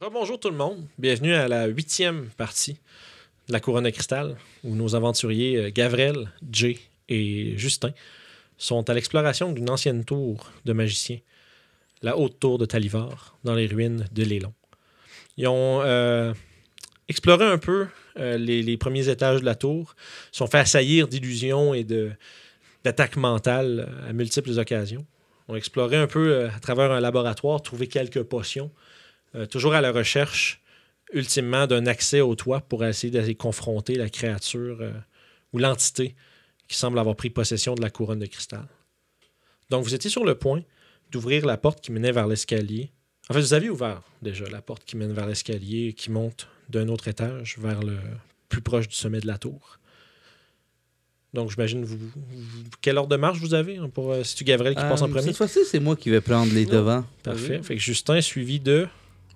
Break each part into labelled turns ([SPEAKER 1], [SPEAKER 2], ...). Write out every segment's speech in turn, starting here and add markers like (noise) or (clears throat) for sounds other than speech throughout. [SPEAKER 1] Rebonjour tout le monde. Bienvenue à la huitième partie de la Couronne de Cristal, où nos aventuriers euh, Gavrel, Jay et Justin sont à l'exploration d'une ancienne tour de magicien, la haute tour de Talivar, dans les ruines de Lélon. Ils ont euh, exploré un peu euh, les, les premiers étages de la tour, se sont fait assaillir d'illusions et de- d'attaques mentales euh, à multiples occasions. Ils ont exploré un peu euh, à travers un laboratoire, trouvé quelques potions euh, toujours à la recherche, ultimement, d'un accès au toit pour essayer d'aller confronter la créature euh, ou l'entité qui semble avoir pris possession de la couronne de cristal. Donc, vous étiez sur le point d'ouvrir la porte qui menait vers l'escalier. En fait, vous avez ouvert déjà la porte qui mène vers l'escalier et qui monte d'un autre étage vers le plus proche du sommet de la tour. Donc, j'imagine, vous, vous- quel ordre de marche vous avez hein, pour. euh, C'est-tu Gavrel qui passe en
[SPEAKER 2] Euh,
[SPEAKER 1] premier?
[SPEAKER 2] Cette fois-ci, c'est moi qui vais prendre les
[SPEAKER 3] Non.
[SPEAKER 2] devants.
[SPEAKER 1] Parfait. Fait que Justin suivi de.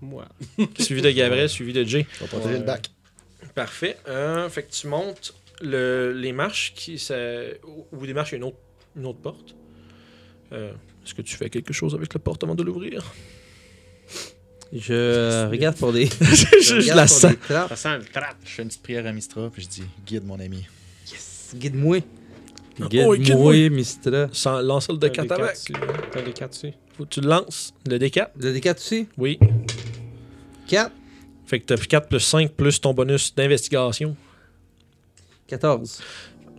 [SPEAKER 3] Moi.
[SPEAKER 1] (laughs) Suivi de Gabriel, suivi de Jay.
[SPEAKER 4] On va protéger le bac.
[SPEAKER 1] Parfait. Euh, fait que tu montes le- les marches qui ça, au au bout des marches, il y a une autre, une autre porte. Euh, Est-ce que tu fais quelque chose avec la porte avant de (laughs) l'ouvrir?
[SPEAKER 2] Je euh, regarde pour des.
[SPEAKER 1] je, je
[SPEAKER 2] regarde
[SPEAKER 1] la
[SPEAKER 2] pour
[SPEAKER 1] sens.
[SPEAKER 2] des trappes.
[SPEAKER 3] Ça sent le trap.
[SPEAKER 4] Je fais une petite prière à Mistra, puis je dis Guide, mon ami.
[SPEAKER 2] Guide-moi.
[SPEAKER 1] Oh,
[SPEAKER 2] Guide-moi,
[SPEAKER 1] guide-moi.
[SPEAKER 2] Mistra.
[SPEAKER 1] Sans lancer le
[SPEAKER 3] T'as
[SPEAKER 1] d
[SPEAKER 3] un
[SPEAKER 1] 4
[SPEAKER 3] D4
[SPEAKER 1] avec.
[SPEAKER 3] dessus. hein. T'as un des 4 dessus.
[SPEAKER 1] Faut que tu le lances. Le D4?
[SPEAKER 2] Le D4 aussi.
[SPEAKER 1] Oui.
[SPEAKER 2] 4.
[SPEAKER 1] Fait que t'as 4 plus 5 plus ton bonus d'investigation.
[SPEAKER 2] 14.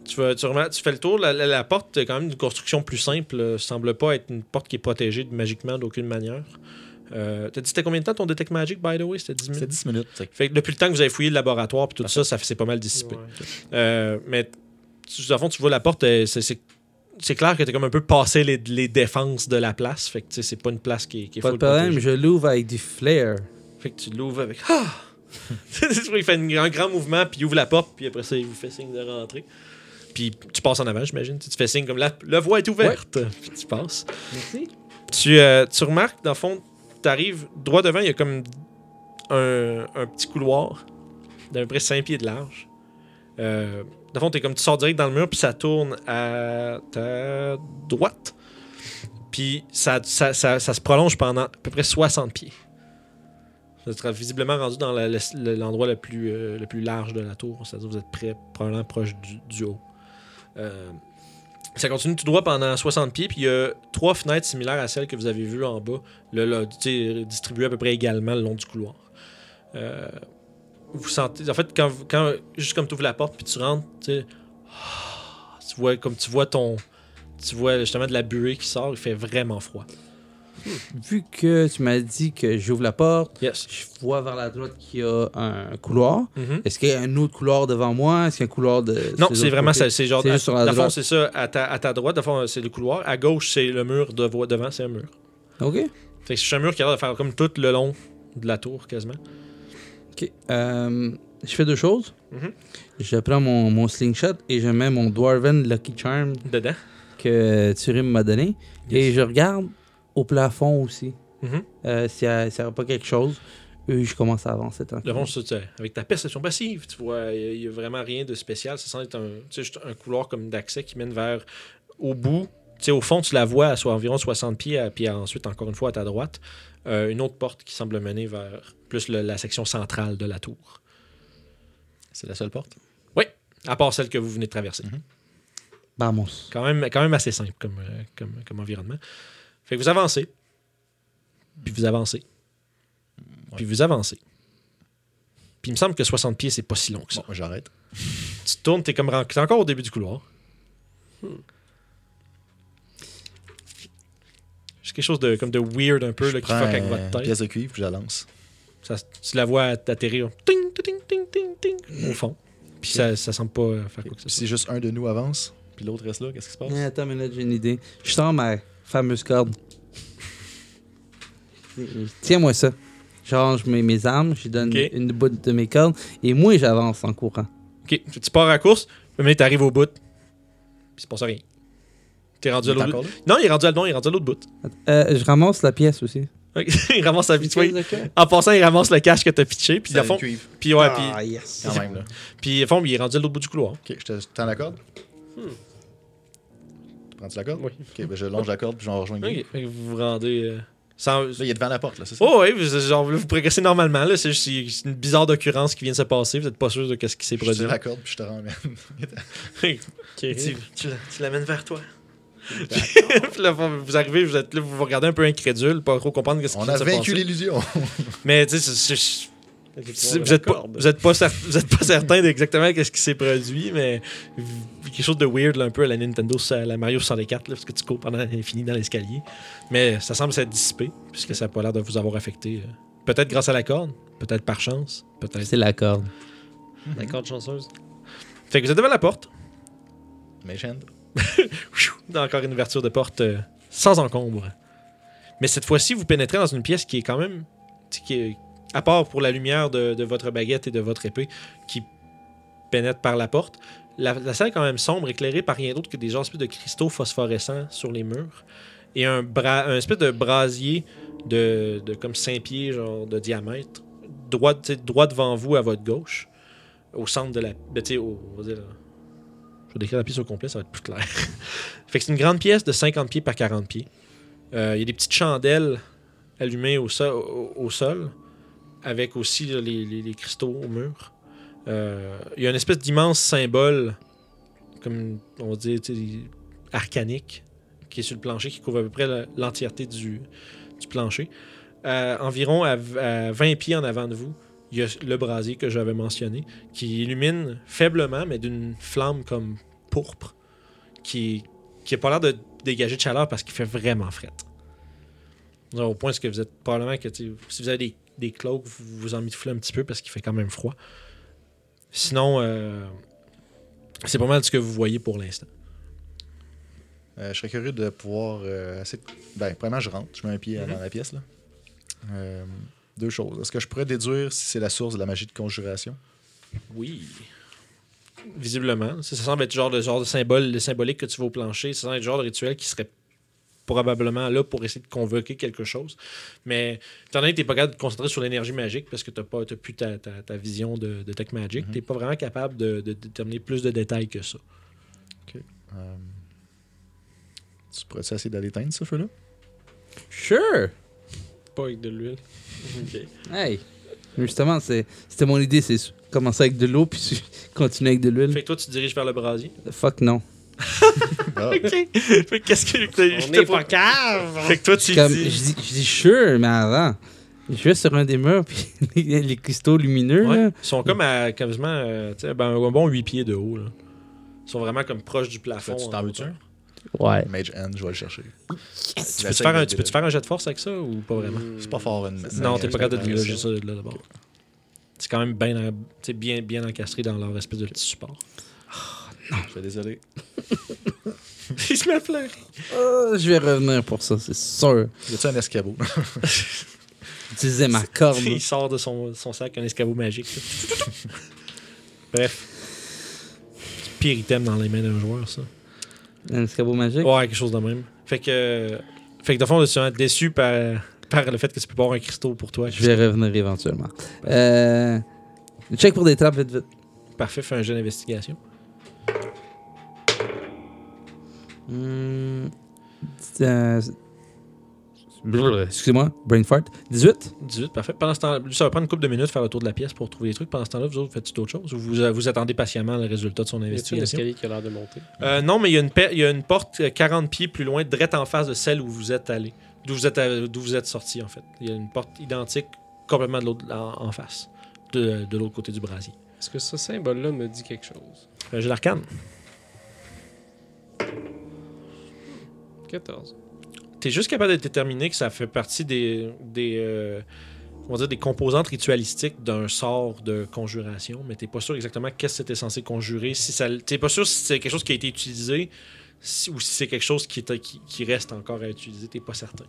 [SPEAKER 1] Tu, vas- tu, remets- tu fais le tour. La, la- la porte est quand même d'une construction plus simple. euh, semble pas être une porte qui est protégée de- magiquement d'aucune manière. Euh, T'as dit c'était combien de temps ton Detect Magic, by the way? C'était 10 minutes?
[SPEAKER 4] C'est 10 minutes. fait que
[SPEAKER 1] Fait que depuis le temps que vous avez fouillé le laboratoire puis tout ça, ça s'est pas mal dissipé. Euh, mais tu, dans le fond, tu vois la porte, euh, c'est- c'est c'est clair que t'es comme un peu passé les, les défenses de la place. Fait que tu sais, c'est pas une place qui, est- qui est
[SPEAKER 2] Pas de
[SPEAKER 1] full
[SPEAKER 2] problème,
[SPEAKER 1] protégée.
[SPEAKER 2] je l'ouvre avec du flair.
[SPEAKER 1] Fait que tu l'ouvres avec Ah! (laughs) il fait une- un grand mouvement, puis il ouvre la porte, puis après ça, il vous fait signe de rentrer. Puis tu passes en avant, j'imagine. Tu te fais signe comme la, la voie est ouverte. Puis tu passes.
[SPEAKER 2] Merci.
[SPEAKER 1] Tu, euh, tu remarques, dans le fond, tu arrives droit devant, il y a comme un, un petit couloir d'à peu près 5 pieds de large. Euh, dans le fond, t'es comme, tu sors direct dans le mur, puis ça tourne à ta droite. Puis ça, ça, ça- ça se prolonge pendant à peu près 60 pieds. Vous êtes visiblement rendu dans la- la- le- l'endroit le, plus, euh, le plus large de la tour. C'est-à-dire que vous êtes près, probablement proche du, du haut. Euh, ça continue tout droit pendant 60 pieds, puis il y a trois fenêtres similaires à celles que vous avez vues en bas, le, le- tu sais, distribuées à peu près également le long du couloir. Euh, vous sentez, en fait, quand, vous- quand juste comme tu ouvres la porte puis tu rentres, tu, sais, ah, tu vois comme tu vois ton, tu vois justement de la buée qui sort, il fait vraiment froid.
[SPEAKER 2] Vu que tu m'as dit que j'ouvre la porte,
[SPEAKER 1] Yes.
[SPEAKER 2] je vois vers la droite qu'il y a un couloir.
[SPEAKER 1] Mhm.
[SPEAKER 2] Est-ce qu'il y a un autre couloir devant moi Est-ce qu'il y a un couloir de.
[SPEAKER 1] Non,
[SPEAKER 2] de
[SPEAKER 1] c'est
[SPEAKER 2] l'autre
[SPEAKER 1] vraiment
[SPEAKER 2] côté?
[SPEAKER 1] ça, c'est genre
[SPEAKER 2] C'est
[SPEAKER 1] à,
[SPEAKER 2] juste sur la
[SPEAKER 1] dans le fond,
[SPEAKER 2] droite.
[SPEAKER 1] c'est ça à ta, à ta droite, dans le fond, euh, c'est le couloir, à gauche c'est le mur de, vo- devant, c'est un mur.
[SPEAKER 2] Ok.
[SPEAKER 1] Fait que c'est un mur qui a l'air de faire comme tout le long de la tour quasiment.
[SPEAKER 2] Ok. Euh, je fais deux choses.
[SPEAKER 1] Mhm.
[SPEAKER 2] Je prends mon, mon slingshot et je mets mon Dwarven Lucky Charm
[SPEAKER 1] Dedans.
[SPEAKER 2] que Turim m'a donné. Et
[SPEAKER 1] Yes.
[SPEAKER 2] je regarde au plafond aussi.
[SPEAKER 1] Mhm.
[SPEAKER 2] Euh, S'il n'y a pas quelque chose, euh, je commence à avancer.
[SPEAKER 1] Le fond,
[SPEAKER 2] tranquillement.
[SPEAKER 1] c'est ça, tu- avec ta perception passive, tu vois, il n'y a, vraiment rien de spécial. Ça semble être un, tu sais, juste un couloir comme d'accès qui mène vers au bout. Tu sais, au fond, tu la vois à soit environ 60 pieds, à- puis ensuite, encore une fois, à ta droite, euh, une autre porte qui semble mener vers plus le- la section centrale de la tour.
[SPEAKER 4] C'est la seule porte.
[SPEAKER 1] À part celle que vous venez de traverser.
[SPEAKER 2] Vamos.
[SPEAKER 1] Quand même, quand même assez simple comme, euh, comme, comme environnement. Fait que vous avancez. Puis vous avancez. Puis vous avancez. Puis il me semble que 60 pieds, c'est pas si long que ça.
[SPEAKER 4] Bon, moi, j'arrête.
[SPEAKER 1] tu te tournes, t'es comme ren- t'es encore au début du couloir.
[SPEAKER 4] Hmm.
[SPEAKER 1] C'est quelque chose de comme de weird un peu
[SPEAKER 4] je
[SPEAKER 1] là, qui
[SPEAKER 4] prends
[SPEAKER 1] fuck avec
[SPEAKER 4] euh,
[SPEAKER 1] votre
[SPEAKER 4] une
[SPEAKER 1] tête.
[SPEAKER 4] pièce de cuivre, puis je la lance.
[SPEAKER 1] Ça- tu la vois att- atterrir ting, ting, ting, ting, ting, au fond. Puis ça, ça semble pas euh, faire quoi que
[SPEAKER 4] Puis
[SPEAKER 1] ce
[SPEAKER 4] si
[SPEAKER 1] soit.
[SPEAKER 4] juste un de nous avance, puis l'autre reste là, qu'est-ce qui se passe
[SPEAKER 2] Eh, attends une minute, j'ai une idée. Je sors ma fameuse corde. (laughs) Tiens-moi ça. J'arrange mes, mes armes, je donne
[SPEAKER 1] Ok.
[SPEAKER 2] une bout de mes cordes et moi j'avance en courant.
[SPEAKER 1] Ok, tu pars à la course, mais t'arrives au bout. Puis c'est pour ça rien. T'es rendu
[SPEAKER 4] Il
[SPEAKER 1] à
[SPEAKER 4] est
[SPEAKER 1] l'autre
[SPEAKER 4] encore
[SPEAKER 1] bout.
[SPEAKER 4] là?
[SPEAKER 1] Non, il est rendu à non, il est rendu à l'autre bout. (laughs)
[SPEAKER 2] Euh, je ramasse la pièce aussi.
[SPEAKER 1] Ok, il ramasse sa vie.
[SPEAKER 2] Une pièce de
[SPEAKER 1] En passant, il ramasse le cash que t'as pitché. Puis
[SPEAKER 4] C'est
[SPEAKER 1] à fond, (laughs)
[SPEAKER 4] le cuivre,
[SPEAKER 1] puis ouais,
[SPEAKER 2] corde.
[SPEAKER 1] puis-
[SPEAKER 2] Ah, yes.
[SPEAKER 4] quand même. Là.
[SPEAKER 1] puis à fond, il est rendu à l'autre bout du couloir.
[SPEAKER 4] Ok, je te je tends la corde.
[SPEAKER 1] Hmm.
[SPEAKER 4] Tu prends-tu la corde
[SPEAKER 3] Oui.
[SPEAKER 4] Ok, ben je longe la corde, puis je vais en rejoindre.
[SPEAKER 1] Ok, fait que vous vous rendez. euh, Sans-
[SPEAKER 4] Là, il est devant la porte, là, c'est ça?
[SPEAKER 1] Oh oui, vous, genre, là, vous progressez normalement. là. C'est juste c'est une bizarre d'occurrence qui vient de se passer. Vous n'êtes pas sûr de ce qui s'est
[SPEAKER 4] je te
[SPEAKER 1] produit.
[SPEAKER 4] la corde, puis je te ramène.
[SPEAKER 1] tu, tu la- tu l'amènes vers toi. (laughs) Puis là, vous vous arrivez, vous êtes là, vous vous regardez un peu incrédule, pas trop comprendre ce qui
[SPEAKER 4] On
[SPEAKER 1] vient de
[SPEAKER 4] a
[SPEAKER 1] se
[SPEAKER 4] vaincu
[SPEAKER 1] passer.
[SPEAKER 4] l'illusion.
[SPEAKER 1] (laughs) Mais tu sais, c'est- c'est- Si- vous n'êtes pas, vous êtes pas, cer- vous êtes pas certain d'exactement qu'est-ce qui s'est produit, mais v- quelque chose de weird là, un peu à la Nintendo, à la Mario 64, là, parce que tu cours pendant l'infini dans l'escalier. Mais ça semble s'être dissipé, puisque ça n'a pas l'air de vous avoir affecté. euh. Peut-être grâce à la corde, peut-être par chance, peut-être.
[SPEAKER 2] C'est la corde.
[SPEAKER 3] La corde chanceuse.
[SPEAKER 1] Fait que vous êtes devant la porte.
[SPEAKER 4] Mais Shand,
[SPEAKER 1] Pfiou! Encore une ouverture de porte euh, sans encombre. Mais cette fois-ci, vous pénétrez dans une pièce qui est quand même. tu sais, Qui est- à part pour la lumière de, de votre baguette et de votre épée qui pénètre par la porte, la, la salle est quand même sombre, éclairée par rien d'autre que des espèces de cristaux phosphorescents sur les murs et un, bra- un espèce de brasier de, de comme 5 pieds genre de diamètre, droit, tu sais, droit devant vous à votre gauche, au centre de la. de, tu sais, au- on va dire, je vais décrire la pièce au complet, ça va être plus clair. Fait que c'est une grande pièce de 50 pieds par 40 pieds. Euh, Il y a des petites chandelles allumées au, sol- au- au sol, avec aussi là, les, les- les cristaux au mur. Euh, Il y a une espèce d'immense symbole, comme on dit, tu sais, arcanique, qui est sur le plancher, qui couvre à peu près la- l'entièreté du, du plancher. Euh, environ à, v- à 20 pieds en avant de vous, il y a le brasier que j'avais mentionné, qui illumine faiblement, mais d'une flamme comme pourpre, qui, qui a pas l'air de dégager de chaleur parce qu'il fait vraiment fret. Genre, Au point ce que vous êtes probablement que tu sais, si vous avez des, des cloaks, vous vous en mitouflez un petit peu parce qu'il fait quand même froid. Sinon, euh, c'est pas mal ce que vous voyez pour l'instant.
[SPEAKER 4] euh, je serais curieux de pouvoir. euh, essayer de- Ben, premièrement, je rentre, je mets un pied euh,
[SPEAKER 1] Mhm.
[SPEAKER 4] dans la pièce, là. Euh, deux choses. Est-ce que je pourrais déduire si c'est la source de la magie de conjuration?
[SPEAKER 1] Oui. Visiblement. Ça, ça semble être le genre de, genre de symbole, le symbolique que tu vas au plancher. Ça semble être le genre de rituel qui serait probablement là pour essayer de convoquer quelque chose. Mais étant donné que tu n'es pas capable de te concentrer sur l'énergie magique parce que tu n'as plus ta, ta- ta vision de, de Tech Magic,
[SPEAKER 4] Mhm.
[SPEAKER 1] tu n'es pas vraiment capable de, de déterminer plus de détails que ça.
[SPEAKER 4] Euh, Tu pourrais-tu essayer d'aller éteindre
[SPEAKER 1] (laughs)
[SPEAKER 4] ce feu-là?
[SPEAKER 2] Sure!
[SPEAKER 3] Pas avec de l'huile.
[SPEAKER 2] Hey! Justement, c'est- c'était mon idée, c'est su- commencer avec de l'eau puis (laughs) su- continuer avec de l'huile.
[SPEAKER 1] Fait que toi, tu te diriges vers le (laughs) brasier.
[SPEAKER 2] Fuck non.
[SPEAKER 4] Ah,
[SPEAKER 1] OK. Fait que qu'est-ce que je
[SPEAKER 3] On
[SPEAKER 1] te
[SPEAKER 3] est
[SPEAKER 1] pro-
[SPEAKER 3] pas cave!
[SPEAKER 1] (laughs) Fait que toi, tu
[SPEAKER 2] Comme, je,
[SPEAKER 1] dis...
[SPEAKER 2] dis, je dis sure, mais avant, je vais sur un des murs (laughs) puis les, les cristaux lumineux,
[SPEAKER 1] Ouais.
[SPEAKER 2] là.
[SPEAKER 1] Ils sont comme à quasiment euh, tu sais, ben, un bon 8 pieds de haut. Là. Ils sont vraiment comme proches du plafond.
[SPEAKER 4] Fais-tu
[SPEAKER 1] en
[SPEAKER 4] t'en veux-tu
[SPEAKER 1] hauteur.
[SPEAKER 2] Ouais.
[SPEAKER 4] Mage Hand, je vais le chercher.
[SPEAKER 1] Tu peux, te faire un, tu peux te faire un jet de force avec ça ou pas vraiment?
[SPEAKER 4] C'est pas fort, une
[SPEAKER 1] Non, t'es pas capable de
[SPEAKER 4] le
[SPEAKER 1] déloger ça de là d'abord. C'est quand même bien, en- tu sais, bien, bien encastré dans leur espèce de petit support.
[SPEAKER 4] Je suis désolé.
[SPEAKER 1] (laughs) Il se met à pleurer.
[SPEAKER 2] Ah, je vais revenir pour ça, c'est sûr.
[SPEAKER 4] Y a-tu un
[SPEAKER 1] (laughs)
[SPEAKER 4] escabeau?
[SPEAKER 2] Utiliser ma corde.
[SPEAKER 1] Il sort de son, son sac un escabeau magique. (laughs) Bref. C'est le pire item dans les mains d'un joueur, ça.
[SPEAKER 2] Un escabeau magique.
[SPEAKER 1] Ouais, quelque chose de même. Fait que, fait que de fond, je suis vraiment déçu par, par le fait que tu peux pas avoir un cristaux pour toi.
[SPEAKER 2] Je vais revenir éventuellement. Euh, check pour des trappes, vite, vite.
[SPEAKER 1] Parfait, fais un jeu d'investigation.
[SPEAKER 2] Hmm, euh, brr, Excusez-moi, brain fart. 18?
[SPEAKER 1] 18, parfait. Pendant ce temps ça va prendre une couple de minutes faire le tour de la pièce pour trouver des trucs. Pendant ce temps-là, vous autres, faites d'autres choses ou vous, euh, vous attendez patiemment le résultat de son
[SPEAKER 3] Y a-tu un
[SPEAKER 1] investigation?
[SPEAKER 3] escalier qui a l'air de monter?
[SPEAKER 1] Euh, non, mais il y, a une pe- il y a une porte euh, 40 pieds plus loin, direct en face de celle où vous êtes allé, d'où vous êtes, à- d'où vous êtes sorti en fait. Il y a une porte identique complètement de l'autre en, en face, de, de l'autre côté du brasier.
[SPEAKER 3] Est-ce que ce symbole-là me dit quelque chose?
[SPEAKER 1] Euh, J'ai l'arcane.
[SPEAKER 3] 14.
[SPEAKER 1] T'es juste capable de déterminer que ça fait partie des, des, euh, on va dire des composantes ritualistiques d'un sort de conjuration, mais t'es pas sûr exactement qu'est-ce que c'était censé conjurer. Si ça, t'es pas sûr si c'est quelque chose qui a été utilisé si- ou si c'est quelque chose qui, est- qui, qui reste encore à utiliser. T'es pas certain.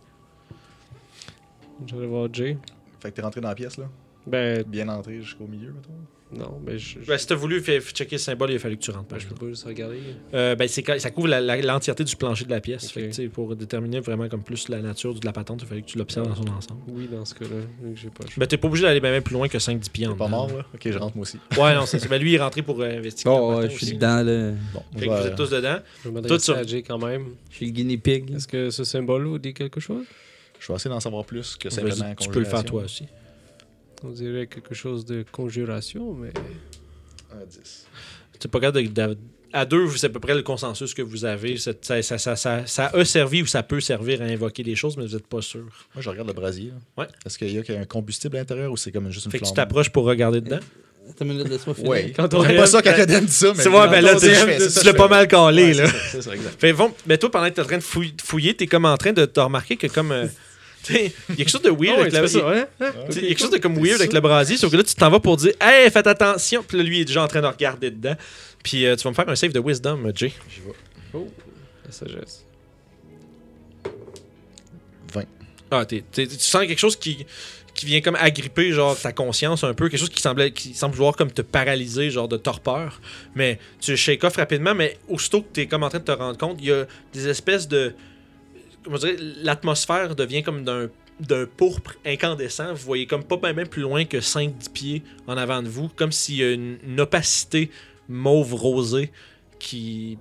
[SPEAKER 3] J'allais voir Jay.
[SPEAKER 4] Fait que t'es rentré dans la pièce, là?
[SPEAKER 3] Ben,
[SPEAKER 4] Bien entré jusqu'au milieu, mettons?
[SPEAKER 3] non, ben, je, je,
[SPEAKER 1] Ben, si t'as voulu fa- checker le symbole, il a fallu que tu rentres. par
[SPEAKER 3] ben, je
[SPEAKER 1] exemple.
[SPEAKER 3] peux pas juste regarder.
[SPEAKER 1] Euh, ben, c'est quand- ça couvre la- la- l'entièreté du plancher de la pièce.
[SPEAKER 3] Ok.
[SPEAKER 1] Fait que, tu sais, pour déterminer vraiment comme plus la nature de la patente, il a fallu que tu l'observes dans son ensemble.
[SPEAKER 3] Oui, dans ce cas-là, vu que j'ai pas le choix.
[SPEAKER 1] Ben, t'es pas obligé d'aller bien plus loin que 5-10 pieds en
[SPEAKER 4] T'es pas
[SPEAKER 1] dedans,
[SPEAKER 4] mort, là? Ok, je rentre moi aussi.
[SPEAKER 1] Ouais, non, c'est ça. Ben, lui, il est rentré pour euh, investiguer.
[SPEAKER 2] Bon,
[SPEAKER 1] en
[SPEAKER 2] ouais,
[SPEAKER 1] partant
[SPEAKER 2] Oh, je suis
[SPEAKER 1] aussi.
[SPEAKER 2] dedans, là.
[SPEAKER 4] Bon,
[SPEAKER 1] Fait que vous êtes tous dedans.
[SPEAKER 3] Je vais m'adresser
[SPEAKER 1] Toi, tu- Hmm.
[SPEAKER 3] à Jay quand même.
[SPEAKER 2] Je suis le guinea pig.
[SPEAKER 3] Est-ce que ce symbole vous dit quelque chose?
[SPEAKER 4] Je vais essayer d'en savoir plus que
[SPEAKER 1] Vas-y,
[SPEAKER 4] simplement
[SPEAKER 1] tu peux le faire
[SPEAKER 4] conjuration.
[SPEAKER 1] toi aussi.
[SPEAKER 3] On dirait quelque chose de conjuration, mais.
[SPEAKER 4] Ah, 10.
[SPEAKER 1] C'est pas grave de- de- à deux, c'est à peu près le consensus que vous avez. C'est- Ça, ça, ça, ça- ça a servi ou ça peut servir à invoquer des choses, mais vous n'êtes pas sûr.
[SPEAKER 4] Moi, je regarde le brasier. là.
[SPEAKER 1] Ouais.
[SPEAKER 4] Est-ce qu'il y a un combustible à l'intérieur ou c'est comme juste une
[SPEAKER 1] Fait que tu
[SPEAKER 4] flamme?
[SPEAKER 1] t'approches pour regarder dedans.
[SPEAKER 2] Attends une minute, laisse-moi finir.
[SPEAKER 4] Oui.
[SPEAKER 1] Quand on
[SPEAKER 4] Quand on
[SPEAKER 1] réel-
[SPEAKER 4] pas ça quand Adam dit ça, mais.
[SPEAKER 1] C'est vrai, ben là,
[SPEAKER 4] Quand on dit,
[SPEAKER 1] tu
[SPEAKER 4] (laughs) je fais
[SPEAKER 1] tu
[SPEAKER 4] ça, je
[SPEAKER 1] l'as
[SPEAKER 4] fais.
[SPEAKER 1] pas mal calé,
[SPEAKER 4] Ouais,
[SPEAKER 1] là.
[SPEAKER 4] c'est ça, C'est ça, exact.
[SPEAKER 1] Fait, bon, mais toi, pendant que t'es en train de fouiller, fouiller t'es comme en train de te remarquer que comme. euh, tu sais, il y a quelque chose de weird
[SPEAKER 3] Ah (laughs) ouais,
[SPEAKER 1] avec
[SPEAKER 3] tu
[SPEAKER 1] la
[SPEAKER 3] fais ça, hein? Hein?
[SPEAKER 1] (laughs) Tu sais, Il y a quelque chose de comme weird avec le brasier, sauf que là, tu t'en vas pour dire Hey, faites attention. Puis là, lui, il est déjà en train de regarder dedans. Puis euh, tu vas me faire un save de wisdom, euh, Jay.
[SPEAKER 4] J'y vais.
[SPEAKER 3] La sagesse.
[SPEAKER 4] 20.
[SPEAKER 1] Ah, t'es- t'es- tu sens quelque chose qui, qui vient comme agripper genre ta conscience un peu, quelque chose qui semblait qui semble vouloir comme te paralyser, genre de torpeur. Mais tu shake off rapidement, mais aussitôt que t'es comme en train de te rendre compte, il y a des espèces de comment dire, l'atmosphère devient comme d'un d'un pourpre incandescent, vous voyez comme pas ben ben plus loin que 5-10 pieds en avant de vous, comme s'il y a une, une opacité mauve-rosée qui,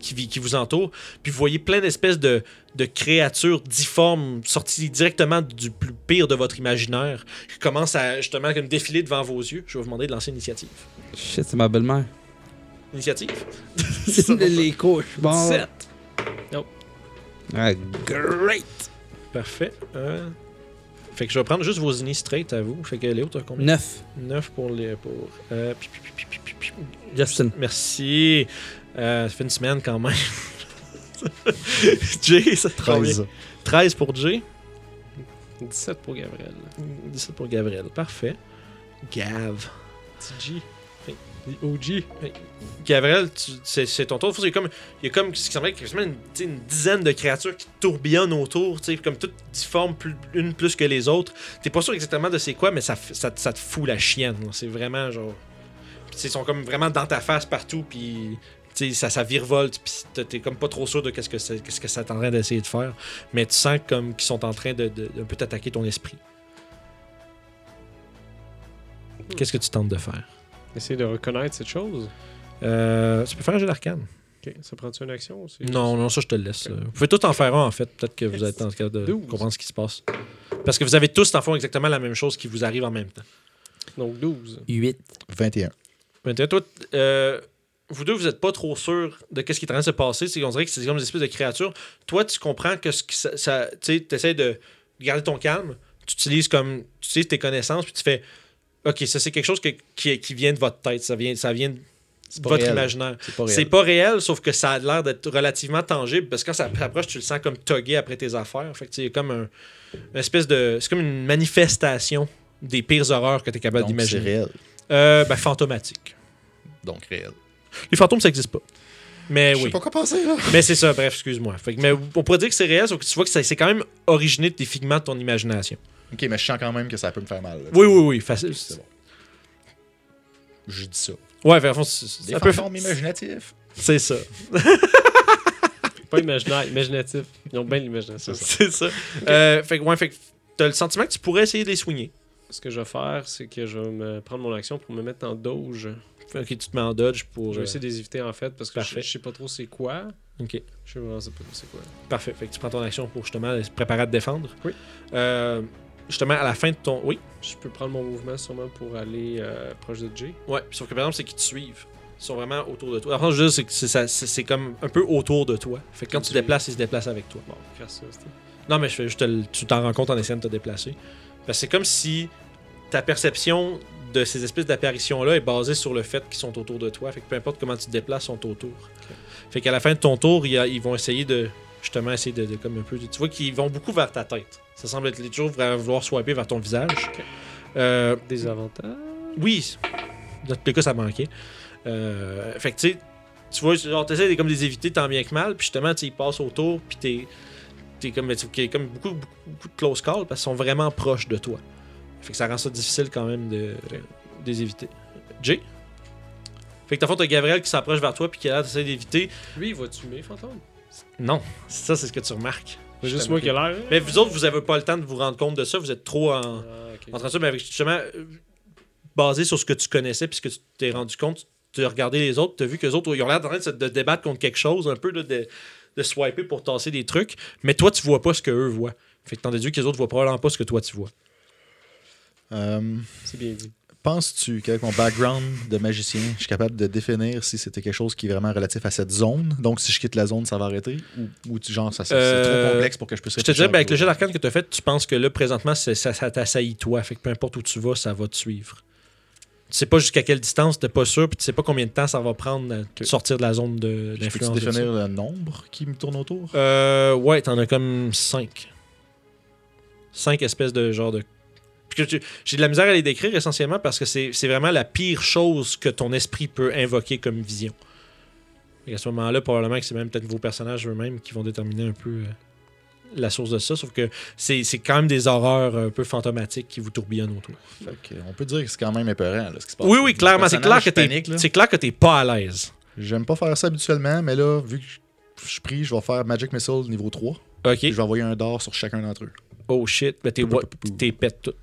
[SPEAKER 1] qui, vi- qui vous entoure. Puis vous voyez plein d'espèces de, de créatures difformes sorties directement du plus pire de votre imaginaire qui commencent à justement comme défiler devant vos yeux. Je vais vous demander de lancer une initiative.
[SPEAKER 2] Shit, c'est
[SPEAKER 1] (laughs)
[SPEAKER 2] ma belle-mère.
[SPEAKER 1] Initiative
[SPEAKER 2] C'est une de les couches, bon.
[SPEAKER 1] 7.
[SPEAKER 2] Ah, great.
[SPEAKER 1] Parfait. Euh, Fait que je vais prendre juste vos unis straight à vous. Fait que Léo, t'as combien
[SPEAKER 2] 9.
[SPEAKER 1] 9 pour les. Pour, euh, pi- pi- pi- pi- pi- pi-
[SPEAKER 2] Justin.
[SPEAKER 1] Merci. Euh, ça fait une semaine quand même. (laughs) Jay, ça te convient?
[SPEAKER 4] 13.
[SPEAKER 1] 13 pour Jay.
[SPEAKER 3] 17 pour Gabriel.
[SPEAKER 1] 17 Mm, pour Gabriel. Parfait. Gav.
[SPEAKER 3] TG. The OG.
[SPEAKER 1] Gabriel, tu- c'est c'est ton tour. Il y a comme, il y a comme ce qui semblait quasiment une, tu sais, une dizaine de créatures qui tourbillonnent autour, tu sais, comme toutes difformes, plus, une plus que les autres. T'es pas sûr exactement de c'est quoi, mais ça, f- ça, te- ça te fout la chienne. là. C'est vraiment genre. Puis, tu sais, ils sont comme vraiment dans ta face partout, puis tu sais, ça, ça virevolte, puis t'es- t'es comme pas trop sûr de qu'est-ce que c'est- qu'est-ce que ça est en train d'essayer de faire. Mais tu sens comme qu'ils sont en train de, de- d'un peu t'attaquer ton esprit. Qu'est-ce que tu tentes de faire?
[SPEAKER 3] Essayer de reconnaître cette chose.
[SPEAKER 1] Euh, tu peux faire un jeu d'arcane.
[SPEAKER 3] Ok, ça prend-tu une action ou c'est-
[SPEAKER 1] Non, non, ça, je te le laisse. là. Vous pouvez tous en faire un, en fait. Peut-être que vous êtes en train de
[SPEAKER 3] 12.
[SPEAKER 1] comprendre ce qui se passe. Parce que vous avez tous, en fond, exactement la même chose qui vous arrive en même temps.
[SPEAKER 3] Donc 12.
[SPEAKER 2] 8.
[SPEAKER 4] 21.
[SPEAKER 1] Maintenant, toi, t- euh, vous deux, vous n'êtes pas trop sûr de qu'est-ce qui est en train de se passer. C'est qu'on dirait que c'est comme des espèces de créatures. Toi, tu comprends que ce qui, ça, ça- tu essaies de garder ton calme. Tu utilises comme tu utilises tes connaissances puis tu fais OK, ça c'est quelque chose que- qui, qui vient de votre tête, ça vient ça vient de
[SPEAKER 4] pas
[SPEAKER 1] votre
[SPEAKER 4] réel.
[SPEAKER 1] imaginaire.
[SPEAKER 4] C'est pas
[SPEAKER 1] C'est
[SPEAKER 4] réel.
[SPEAKER 1] pas réel, sauf que ça a l'air d'être relativement tangible parce que quand ça approche, tu le sens comme togué après tes affaires. Fait que tu sais, il y a comme un, une espèce de. C'est comme une manifestation des pires horreurs que tu es capable
[SPEAKER 4] Donc, c'est
[SPEAKER 1] d'imaginer.
[SPEAKER 4] réel.
[SPEAKER 1] Euh, ben, fantomatique.
[SPEAKER 4] Donc, réel.
[SPEAKER 1] Les fantômes, ça n'existe pas. Mais
[SPEAKER 4] Je sais
[SPEAKER 1] oui.
[SPEAKER 4] pas quoi penser, là.
[SPEAKER 1] Mais c'est ça, bref, excuse-moi. Fait que- mais on pourrait dire que c'est réel, sauf que tu vois que ça- c'est quand même originé des figments de ton imagination.
[SPEAKER 4] Ok, mais je sens quand même que ça peut me faire mal. là.
[SPEAKER 1] Oui, oui, oui, facile.
[SPEAKER 4] C'est bon. Je dis ça.
[SPEAKER 1] Ouais, fait, en fond, c'est- c'est
[SPEAKER 4] Des
[SPEAKER 1] un peu-
[SPEAKER 4] fantômes imaginatifs.
[SPEAKER 1] C'est ça.
[SPEAKER 3] Pas imaginaire, imaginatif. Ils ont bien l'imagination.
[SPEAKER 1] C'est ça. Euh, fait que, ouais, fait que t'as le sentiment que tu pourrais essayer de les soigner.
[SPEAKER 3] Ce que je vais faire, c'est que je vais me prendre mon action pour me mettre en doge.
[SPEAKER 1] Ok, tu te mets en dodge pour.
[SPEAKER 3] Je vais
[SPEAKER 1] euh,
[SPEAKER 3] essayer de les éviter en fait parce que je,
[SPEAKER 1] Parfait.
[SPEAKER 3] je sais pas trop c'est quoi.
[SPEAKER 1] Ok.
[SPEAKER 3] Je sais vraiment pas trop c'est quoi.
[SPEAKER 1] Parfait. Fait que tu prends ton action pour justement se préparer à te défendre.
[SPEAKER 3] Oui.
[SPEAKER 1] Euh, justement, à la fin de ton. Oui.
[SPEAKER 3] Je peux prendre mon mouvement sûrement pour aller euh, proche de Jay.
[SPEAKER 1] Ouais. Sauf que par exemple, c'est qu'ils te suivent. Ils sont vraiment autour de toi. Après, je veux dire, c'est que c'est ça- c'est- c'est comme un peu autour de toi. Fait que quand tu te
[SPEAKER 3] Ok.
[SPEAKER 1] déplaces, ils se déplacent avec toi.
[SPEAKER 3] Bon, faire ça, c'était.
[SPEAKER 1] Non, mais je, fais- je te le- tu t'en rends compte en essayant de te déplacer. Parce que c'est comme si ta perception de ces espèces d'apparitions-là est basée sur le fait qu'ils sont autour de toi. Fait que peu importe comment tu te déplaces, ils sont autour. Fait qu'à la fin de ton tour, il y a- ils vont essayer de. Justement, essayer de, de comme un peu. de- tu vois qu'ils vont beaucoup vers ta tête. Ça semble être les- toujours vra- vouloir swiper vers ton visage. Euh,
[SPEAKER 3] Des avantages.
[SPEAKER 1] oui, dans tous les cas, ça manquait. Euh, fait que tu sais, tu vois, genre, t'essaies de- comme de les éviter tant bien que mal, puis justement, tu sais, ils passent autour, puis t'es. T'es comme, mais tu- qu'il y a comme beaucoup, beaucoup, beaucoup de close calls parce qu'ils sont vraiment proches de toi. Fait que ça rend ça difficile quand même de, de les éviter. Jay? Fait que t'as fond, t'as Gabriel qui s'approche vers toi puis qui a l'air d'essayer d'éviter.
[SPEAKER 3] Lui, il va tuer fantôme.
[SPEAKER 1] Non, ça c'est ce que tu remarques.
[SPEAKER 3] C'est juste moi qui ai l'air. hein?
[SPEAKER 1] Mais vous autres, vous avez pas le temps de vous rendre compte de ça, vous êtes trop en.
[SPEAKER 3] Ah, ok.
[SPEAKER 1] En train de ça, mais avec justement, euh, basé sur ce que tu connaissais puis ce que tu t'es rendu compte, tu as regardé les autres, tu as vu que les autres, ils ont l'air en train de, se- de débattre contre quelque chose, un peu là, de, de swiper pour tasser des trucs, mais toi, tu vois pas ce que eux voient. Fait que t'en déduis que les autres voient probablement pas ce que toi tu vois.
[SPEAKER 4] Euh,
[SPEAKER 3] C'est bien dit.
[SPEAKER 4] Penses-tu qu'avec mon background de magicien, je suis capable de définir si c'était quelque chose qui est vraiment relatif à cette zone? Donc, si je quitte la zone, ça va arrêter? Ou, ou tu- genre, ça, ça- c'est
[SPEAKER 1] Euh,
[SPEAKER 4] trop complexe pour que je puisse
[SPEAKER 1] Je te dirais,
[SPEAKER 4] réfléchir
[SPEAKER 1] ben, avec
[SPEAKER 4] un
[SPEAKER 1] le jet
[SPEAKER 4] peu.
[SPEAKER 1] d'arcane que tu as fait, tu penses que là, présentement, c'est- ça, ça t'assaillit toi. Fait que peu importe où tu vas, ça va te suivre. Tu sais pas jusqu'à quelle distance, t'es pas sûr, puis tu sais pas combien de temps ça va prendre euh, de sortir de la zone de-
[SPEAKER 4] Je peux-tu
[SPEAKER 1] d'influence. de ça.
[SPEAKER 4] définir le nombre qui me tourne autour?
[SPEAKER 1] Euh, ouais, t'en as comme 5. 5 espèces de genre de. Puis que tu- J'ai de la misère à les décrire essentiellement parce que c'est c'est vraiment la pire chose que ton esprit peut invoquer comme vision. Et à ce moment-là, probablement que c'est même peut-être vos personnages eux-mêmes qui vont déterminer un peu euh, la source de ça. Sauf que c'est c'est quand même des horreurs un peu fantomatiques qui vous tourbillonnent autour.
[SPEAKER 4] Fait que, on peut dire que c'est quand même épeurant, là, ce qui se passe.
[SPEAKER 1] Oui, oui,
[SPEAKER 4] Le
[SPEAKER 1] clairement. C'est clair
[SPEAKER 4] personnage
[SPEAKER 1] que t'es
[SPEAKER 4] panique, là.
[SPEAKER 1] c'est clair que t'es pas à l'aise.
[SPEAKER 4] J'aime pas faire ça habituellement, mais là, vu que je suis pris, je vais faire Magic Missile niveau 3.
[SPEAKER 1] Ok.
[SPEAKER 4] Et je vais envoyer un dard sur chacun d'entre eux.
[SPEAKER 1] Oh shit. Ben, t'es
[SPEAKER 4] Pou, pou,
[SPEAKER 1] wa-
[SPEAKER 4] pou, pou.
[SPEAKER 1] t'es pète tout.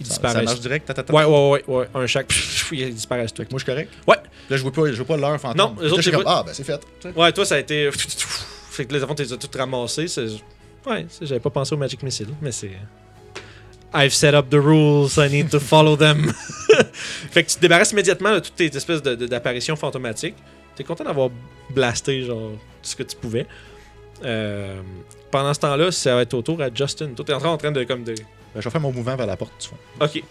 [SPEAKER 1] Ils
[SPEAKER 4] Ça, ça
[SPEAKER 1] disparaissent.
[SPEAKER 4] marche direct. ta, ta, ta.
[SPEAKER 1] Ouais, ouais, ouais, ouais. Un chaque. Pff, Ils disparaissent tous.
[SPEAKER 4] Moi, je suis correct?
[SPEAKER 1] Ouais.
[SPEAKER 4] Là, je vois pas, je vois pas l'heure fantôme.
[SPEAKER 1] Non,
[SPEAKER 4] Là,
[SPEAKER 1] les autres,
[SPEAKER 4] je suis
[SPEAKER 1] c'est
[SPEAKER 4] comme,
[SPEAKER 1] vrai.
[SPEAKER 4] ah, ben c'est fait.
[SPEAKER 1] Ouais, toi, ça a été. Fait que là, avant, t'es tout ramassé. c'est- Ouais, c'est- j'avais pas pensé au Magic Missile, mais c'est. I've set up the rules, I need to follow them. (laughs) fait que tu te débarrasses immédiatement de toutes tes espèces de- de- d'apparitions fantomatiques. T'es content d'avoir blasté, genre, ce que tu pouvais. Euh, pendant ce temps-là, ça va être au tour à Justin. Toi, t'es en train, en train de. Comme de...
[SPEAKER 4] Ben, je vais faire mon mouvement vers la porte du fond.
[SPEAKER 1] Ok.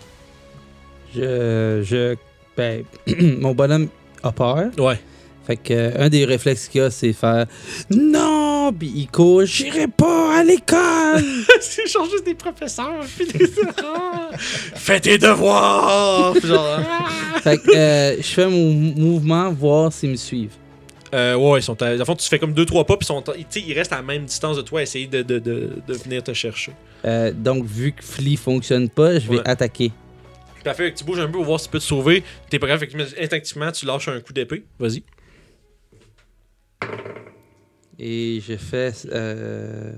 [SPEAKER 2] Je. je ben, (clears throat) mon bonhomme a peur.
[SPEAKER 1] Ouais.
[SPEAKER 2] Fait que euh, un des réflexes qu'il a, c'est faire Non! Puis il court, j'irai pas
[SPEAKER 1] (laughs)
[SPEAKER 2] à l'école!
[SPEAKER 1] c'est genre juste des professeurs. puis des- (laughs) Ah! Fais tes devoirs! Puis genre, hein.
[SPEAKER 2] fait que euh, je fais mon mou- mouvement, voir s'ils me suivent.
[SPEAKER 1] (laughs) Euh, ouais, ils sont à... En fond, tu fais comme 2-3 pas, puis ils sont... tu sais, ils restent à la même distance de toi à essayer de, de- de- de venir te chercher.
[SPEAKER 2] Euh, donc, vu que Flea fonctionne pas, je vais
[SPEAKER 1] Ouais.
[SPEAKER 2] attaquer.
[SPEAKER 1] Parfait, fait que tu bouges un peu pour voir si tu peux te sauver. T'es prêt, fait que instinctivement, tu lâches un coup d'épée. Vas-y.
[SPEAKER 2] Et je fais euh,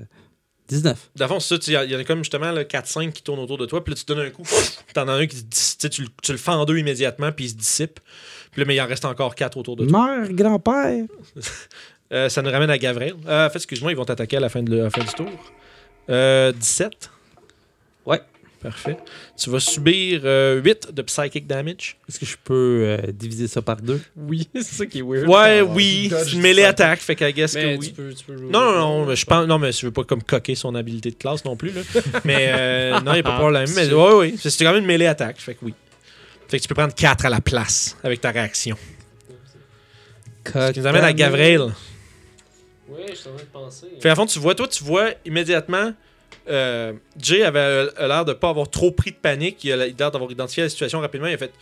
[SPEAKER 2] 19.
[SPEAKER 1] D'avant, c'est ça, tu sais, il y, en a comme justement là, 4-5 qui tournent autour de toi, puis là, tu donnes un coup, pff, t'en as un qui se dis- tu sais, tu, le- tu le fends en deux immédiatement, puis il se dissipe. Puis là, mais il en reste encore 4 autour de toi.
[SPEAKER 2] Meurs, grand-père!
[SPEAKER 1] Euh, ça nous ramène à Gavrel. Euh, en fait, excuse-moi, ils vont t'attaquer à la fin, de, à la fin du tour. Euh, 17.
[SPEAKER 2] Ouais.
[SPEAKER 1] Parfait. Tu vas subir euh, 8 de psychic damage.
[SPEAKER 2] Est-ce que je peux euh, diviser ça par deux?
[SPEAKER 3] Oui, (laughs) c'est ça qui est weird.
[SPEAKER 1] Ouais,
[SPEAKER 4] Ah, ouais.
[SPEAKER 1] oui,
[SPEAKER 4] Dodge,
[SPEAKER 1] c'est une
[SPEAKER 4] je
[SPEAKER 1] mêlée
[SPEAKER 4] dis ça.
[SPEAKER 1] attaque, fait qu'à guess
[SPEAKER 3] Mais
[SPEAKER 1] que
[SPEAKER 3] tu
[SPEAKER 1] oui.
[SPEAKER 3] peux, tu peux jouer.
[SPEAKER 1] Non, non, non, mais je pense, non, mais je veux pas comme coquer son habilité de classe non plus, là. mais euh, non, il n'y a pas de problème. Mais
[SPEAKER 3] Shit.
[SPEAKER 1] ouais, oui, c'est quand même une mêlée attaque, fait que oui. Fait que tu peux prendre 4 à la place avec ta réaction.
[SPEAKER 2] Euh,
[SPEAKER 1] Ce qui nous amène à Gavril.
[SPEAKER 3] Ouais, je suis en train de penser.
[SPEAKER 1] Fait à fond, tu vois, toi, tu vois immédiatement. euh, Jay avait euh, l'air de pas avoir trop pris de panique. Il a l'air d'avoir identifié la situation rapidement. Il a fait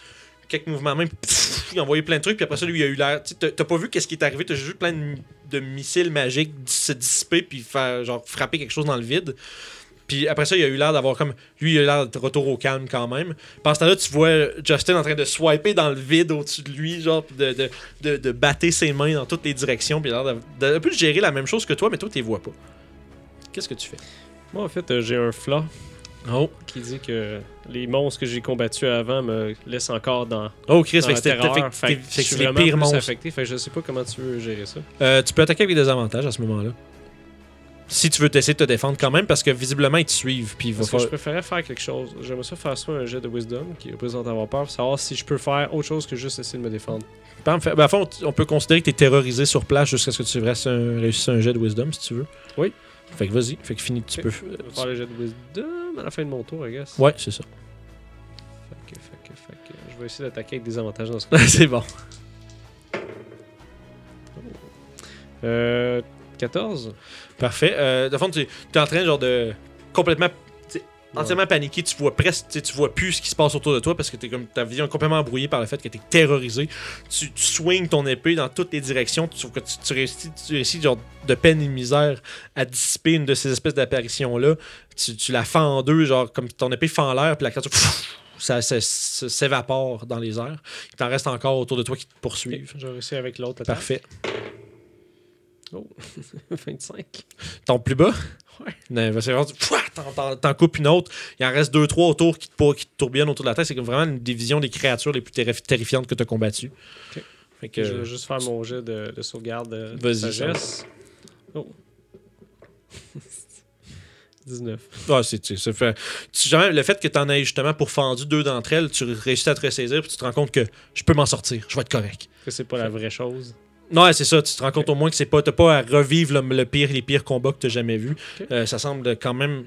[SPEAKER 1] quelques mouvements même. pfff, il a envoyé plein de trucs. Puis après ça, lui, il a eu l'air. tu sais, T'as t'as pas vu qu'est-ce qui est arrivé. T'as juste vu plein de, de missiles magiques dis- se dissiper. Puis faire, genre, frapper quelque chose dans le vide. Puis après ça, il a eu l'air d'avoir comme. Lui, il a eu l'air de retour au calme quand même. Pendant ce temps-là, tu vois euh, Justin en train de swiper dans le vide au-dessus de lui, genre, puis de, de, de, de battre ses mains dans toutes les directions. Puis il a l'air de, de- un peu de gérer la même chose que toi, mais toi, tu les vois pas. Qu'est-ce que tu fais?
[SPEAKER 3] Moi, en fait, euh, j'ai un flaw
[SPEAKER 1] Oh,
[SPEAKER 3] qui dit que les monstres que j'ai combattus avant me laissent encore dans,
[SPEAKER 1] oh Chris, fait
[SPEAKER 3] dans la
[SPEAKER 1] que c'était- fait
[SPEAKER 3] terreur.
[SPEAKER 1] que t'es-
[SPEAKER 3] Fait que je
[SPEAKER 1] fait que
[SPEAKER 3] suis
[SPEAKER 1] c'est les
[SPEAKER 3] vraiment plus
[SPEAKER 1] pires monstres.
[SPEAKER 3] affecté. Fait que je sais pas comment tu veux gérer ça.
[SPEAKER 1] Euh, tu peux attaquer avec des avantages à ce moment-là. Si tu veux t'essayer de te défendre quand même, parce que visiblement, ils te suivent. Puis il va
[SPEAKER 3] Parce que je
[SPEAKER 1] falloir-
[SPEAKER 3] préférais faire quelque chose. J'aimerais ça faire soit un jet de wisdom qui représente avoir peur, pour savoir si je peux faire autre chose que juste essayer de me défendre.
[SPEAKER 1] Ben, à fond, on peut considérer que t'es terrorisé sur place jusqu'à ce que tu réussisses un, réussisses un jet de wisdom, si tu veux.
[SPEAKER 3] Oui.
[SPEAKER 1] Fait que vas-y. Fait que fini, tu
[SPEAKER 3] Ok.
[SPEAKER 1] peux...
[SPEAKER 3] Je vais Euh, faire le jet de wisdom à la fin de mon tour, I guess.
[SPEAKER 1] Ouais, c'est ça. (laughs)
[SPEAKER 3] Fait que, fait que, fait que, je vais essayer d'attaquer avec des avantages dans
[SPEAKER 1] (laughs)
[SPEAKER 3] ce cas.
[SPEAKER 1] c'est bon.
[SPEAKER 3] Euh, 14
[SPEAKER 1] Parfait. Euh, de fond, tu es en train genre de complètement tu sais, entièrement paniqué, tu vois presque tu sais, tu vois plus ce qui se passe autour de toi parce que t'es comme ta vision est complètement embrouillée par le fait que t'es terrorisé. Tu, tu swings ton épée dans toutes les directions, tu trouves que tu, tu réussis tu réussis, genre de peine et de misère à dissiper une de ces espèces d'apparitions là. Tu, tu la fends en deux genre comme ton épée fend en l'air puis la créature pff, ça, ça- ça s'évapore dans les airs. Il t'en reste encore autour de toi qui te poursuivent.
[SPEAKER 3] J'ai réussi avec l'autre attaque. (laughs)
[SPEAKER 1] Parfait.
[SPEAKER 3] 25.
[SPEAKER 1] Ton plus bas?
[SPEAKER 3] Ouais.
[SPEAKER 1] Non, parce que vraiment, tu- Pouah, t'en- t'en- t'en coupes une autre. Il en reste deux, trois autour qui te, pour- qui te tourbillonnent autour de la tête. C'est comme vraiment une division des créatures les plus terri- terrifiantes que tu as combattues.
[SPEAKER 3] Ok.
[SPEAKER 1] Fait que,
[SPEAKER 3] Je vais juste faire mon jet de, (laughs) de sauvegarde de de
[SPEAKER 1] Vas-y,
[SPEAKER 3] sagesse. Oh. 19.
[SPEAKER 1] Ah, c'est, tu sais, ça fait, tu- genre, le fait que tu en aies justement pourfendu deux d'entre elles, tu réussis à te ressaisir puis tu te rends compte que je peux m'en sortir, je vais être correct.
[SPEAKER 3] Que c'est pas la vraie chose.
[SPEAKER 1] Non, ouais, c'est ça, tu te rends compte au moins que c'est pas, t'as pas à revivre le, le pire, les pires combats que tu jamais vus.
[SPEAKER 3] Ok.
[SPEAKER 1] Euh, ça semble quand même.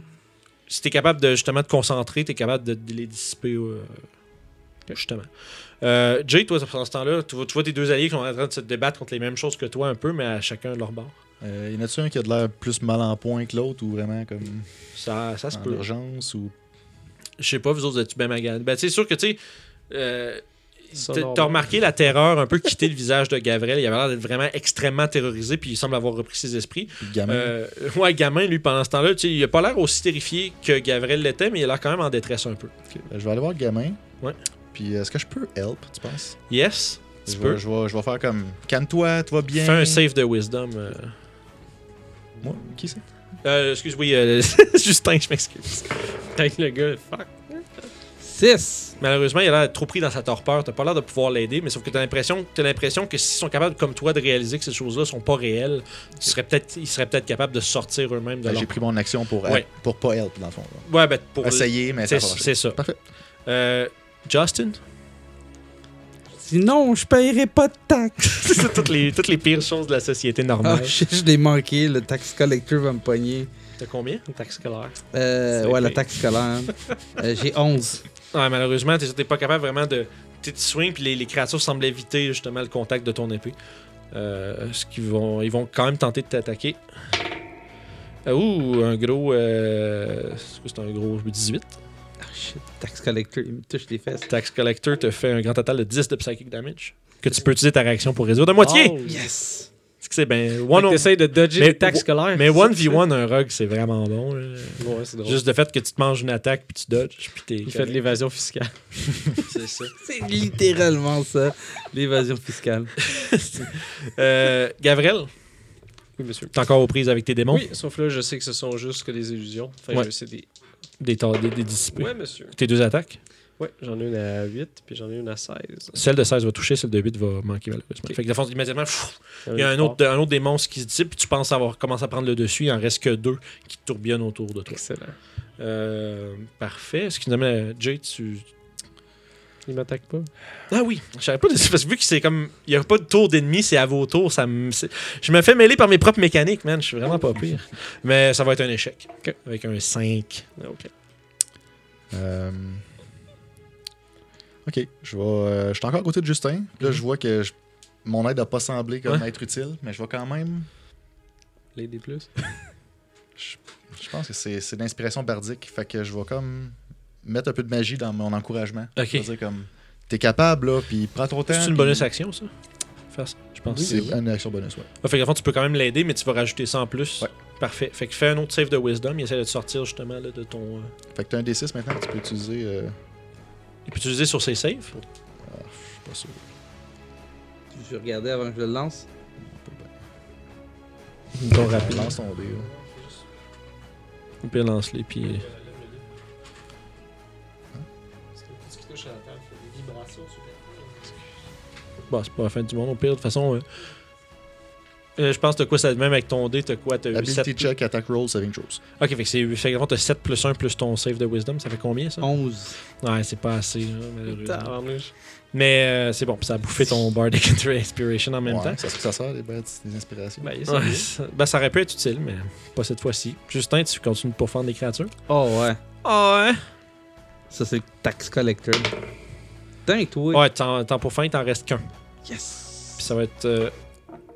[SPEAKER 1] Si tu es capable de justement te concentrer, tu es capable de, de les dissiper. euh, Justement. Euh, Jay, toi, pendant ce temps-là, tu vois, tu vois tes deux alliés qui sont en train de se débattre contre les mêmes choses que toi un peu, mais à chacun leur bord.
[SPEAKER 4] Euh, y en a-tu un qui a de l'air plus mal en point que l'autre ou vraiment comme
[SPEAKER 1] Ça, ça se
[SPEAKER 3] Ah,
[SPEAKER 4] en
[SPEAKER 1] peut.
[SPEAKER 4] urgence ou
[SPEAKER 1] Je sais pas, vous autres, vous êtes-tu bien magan? Ben, c'est sûr que, tu sais, euh,
[SPEAKER 3] Ça,
[SPEAKER 1] t'as-
[SPEAKER 3] normal.
[SPEAKER 1] t'as remarqué la terreur un peu quitter le visage de Gavrel. Il avait l'air d'être vraiment extrêmement terrorisé, puis il semble avoir repris ses esprits.
[SPEAKER 4] puis le gamin?
[SPEAKER 1] Euh, ouais, gamin, lui, pendant ce temps-là, tu sais, il a pas l'air aussi terrifié que Gavrel l'était, mais il a l'air quand même en détresse un peu.
[SPEAKER 4] Ok, ben, je vais aller voir le gamin.
[SPEAKER 1] Ouais.
[SPEAKER 4] Puis euh, est-ce que je peux help, tu penses?
[SPEAKER 1] Yes, tu
[SPEAKER 4] Je
[SPEAKER 1] peux.
[SPEAKER 4] vais, je, vais, je vais faire comme calme-toi, tu vas bien.
[SPEAKER 1] Fais un save de wisdom. euh.
[SPEAKER 4] Moi, qui c'est?
[SPEAKER 1] Euh, excuse, oui, euh, (laughs) Justin, je m'excuse.
[SPEAKER 3] Avec le gars, fuck.
[SPEAKER 2] 6.
[SPEAKER 1] Malheureusement, il a l'air trop pris dans sa torpeur. T'as pas l'air de pouvoir l'aider, mais sauf que t'as l'impression, t'as l'impression que s'ils sont capables, comme toi, de réaliser que ces choses-là sont pas réelles, tu serais peut-être, ils seraient peut-être capables de sortir eux-mêmes de
[SPEAKER 4] Ben,
[SPEAKER 1] leur.
[SPEAKER 4] J'ai pris mon action pour,
[SPEAKER 1] Ouais.
[SPEAKER 4] help- pour pas help, dans le fond. là.
[SPEAKER 1] Ouais, ben pour.
[SPEAKER 4] Essayer, mais
[SPEAKER 1] C'est
[SPEAKER 4] ça a pas marché.
[SPEAKER 1] c'est ça.
[SPEAKER 4] Parfait.
[SPEAKER 1] Euh, Justin, (laughs)
[SPEAKER 2] Sinon, je paierai pas de taxes.
[SPEAKER 1] c'est toutes les, toutes les pires choses de la société
[SPEAKER 2] Ah,
[SPEAKER 1] normale.
[SPEAKER 2] je, (laughs) je l'ai manqué. Le tax collector va me pogner.
[SPEAKER 1] T'as combien?
[SPEAKER 3] Taxe scolaire.
[SPEAKER 2] Euh,
[SPEAKER 3] C'est
[SPEAKER 2] ouais, la
[SPEAKER 3] pire.
[SPEAKER 2] taxe scolaire. Euh, J'ai 11.
[SPEAKER 1] Ouais, malheureusement, t'es t'es pas capable vraiment de. Tu te swings, puis les, les créatures semblent éviter justement le contact de ton épée. Euh, ce qu'ils vont, ils vont quand même tenter de t'attaquer. Euh, ouh, un gros. euh, c'est quoi, c'est un gros 18.
[SPEAKER 2] Ah, shit. Tax collector, il me touche les fesses.
[SPEAKER 1] Tax Collector te fait un grand total de 10 de psychic damage. Que tu peux utiliser ta réaction pour résoudre de moitié.
[SPEAKER 3] Oh,
[SPEAKER 2] Yes!
[SPEAKER 1] C'est que c'est ben.
[SPEAKER 3] Fait
[SPEAKER 1] One
[SPEAKER 3] que
[SPEAKER 1] on-
[SPEAKER 3] t'essayes de dodger
[SPEAKER 1] Mais-
[SPEAKER 3] les taxes scolaires.
[SPEAKER 1] Mais 1v1 un rogue, c'est vraiment bon. là.
[SPEAKER 3] Ouais, c'est drôle.
[SPEAKER 1] Juste le fait que tu te manges une attaque, puis tu dodges, puis t'es.
[SPEAKER 3] Oh. il fait de l'évasion (laughs) fiscale.
[SPEAKER 1] C'est ça.
[SPEAKER 2] C'est littéralement ça, l'évasion fiscale.
[SPEAKER 1] Euh, Gavrel,
[SPEAKER 3] Oui, monsieur.
[SPEAKER 1] t'es encore aux prises avec tes démons.
[SPEAKER 3] Oui, sauf là, je sais que ce sont juste que des illusions. Enfin,
[SPEAKER 1] Ouais.
[SPEAKER 3] je sais des.
[SPEAKER 1] Des, tor- des, des dissipés.
[SPEAKER 3] Ouais, monsieur.
[SPEAKER 1] Tes deux attaques.
[SPEAKER 3] Ouais, j'en ai une à 8, puis j'en ai une à 16.
[SPEAKER 1] Celle de 16 va toucher, celle de 8 va manquer malheureusement.
[SPEAKER 3] Ok.
[SPEAKER 1] Fait que de fond, immédiatement, pfff, il y a un autre, un autre démon qui se dissipe, puis tu penses avoir commencé à prendre le dessus, il en reste que deux qui te tourbillonnent autour de toi.
[SPEAKER 3] Excellent.
[SPEAKER 1] Euh, parfait. Ce qui nous amène à Jay, tu.
[SPEAKER 3] Il m'attaque pas.
[SPEAKER 1] Ah oui, je savais pas, (laughs) parce que vu que c'est comme. Il n'y a pas de tour d'ennemi, c'est à vos tours, ça me. c'est- Je me fais mêler par mes propres mécaniques, man, je suis vraiment pas pire. Mais ça va être un échec.
[SPEAKER 3] Ok.
[SPEAKER 1] Avec un 5.
[SPEAKER 3] Ah, Ok.
[SPEAKER 4] Euh, Ok, je vais. euh, je suis encore à côté de Justin.
[SPEAKER 1] Mhm.
[SPEAKER 4] Là, je vois que je- mon aide n'a pas semblé comme être utile, mais je vais quand même.
[SPEAKER 3] Les D+. plus.
[SPEAKER 4] Je pense que c'est c'est de l'inspiration bardique. Fait que je vais comme mettre un peu de magie dans mon encouragement.
[SPEAKER 1] Ok.
[SPEAKER 4] C'est-à-dire comme. T'es capable, là, puis prends ton temps.
[SPEAKER 1] C'est une
[SPEAKER 4] puis-
[SPEAKER 1] bonus action, ça Faire ça, je pense.
[SPEAKER 4] C'est une action bonus, ouais.
[SPEAKER 1] Ah, fait que, dans le fond, tu peux quand même l'aider, mais tu vas rajouter ça en plus.
[SPEAKER 4] Ouais.
[SPEAKER 1] Parfait. Fait que fais un autre save de wisdom. Il essaie de te sortir justement là, de ton. euh,
[SPEAKER 4] Fait que t'as un D6 maintenant que tu peux utiliser. euh,
[SPEAKER 1] Il peut utiliser sur ses saves.
[SPEAKER 4] je suis pas sûr.
[SPEAKER 2] Je vais regarder avant que je le lance.
[SPEAKER 1] Ton rapide.
[SPEAKER 4] Lance ton dé. là.
[SPEAKER 1] Ou puis lance-les. Puis.
[SPEAKER 3] Hein? Ce qui touche à la table, fait des vibrations super.
[SPEAKER 1] Bon, c'est pas la fin du monde au pire. De toute façon. euh, euh, je pense que t'as quoi ça de même avec ton dé T'as quoi T'as eu
[SPEAKER 4] Ability
[SPEAKER 1] 7.
[SPEAKER 4] check, attack roll, saving throws.
[SPEAKER 1] Ok, fait que c'est. Fait que, dans le fond, t'as 7 plus 1 plus ton save de wisdom. Ça fait combien ça
[SPEAKER 2] 11.
[SPEAKER 1] Ouais, c'est pas assez, là, malheureusement.
[SPEAKER 3] Tabarnouche.
[SPEAKER 1] Mais euh, c'est bon, puis ça a bouffé
[SPEAKER 3] (laughs)
[SPEAKER 1] ton Bardic (laughs) Inspiration en même
[SPEAKER 4] Ouais,
[SPEAKER 1] temps.
[SPEAKER 4] Ça, ça sert des, bêtes, des inspirations.
[SPEAKER 3] Ben, il est
[SPEAKER 1] Ouais,
[SPEAKER 3] sorti.
[SPEAKER 1] ça, ben, ça aurait pu être utile, mais pas cette fois-ci. Justin, tu continues de pourfendre des créatures
[SPEAKER 2] Oh ouais.
[SPEAKER 1] Ah ouais.
[SPEAKER 2] Ça, c'est le tax collector. Dingue, toi.
[SPEAKER 1] Ouais, t'en, t'en pourfends, il t'en reste qu'un.
[SPEAKER 2] Yes!
[SPEAKER 1] Puis ça va être euh,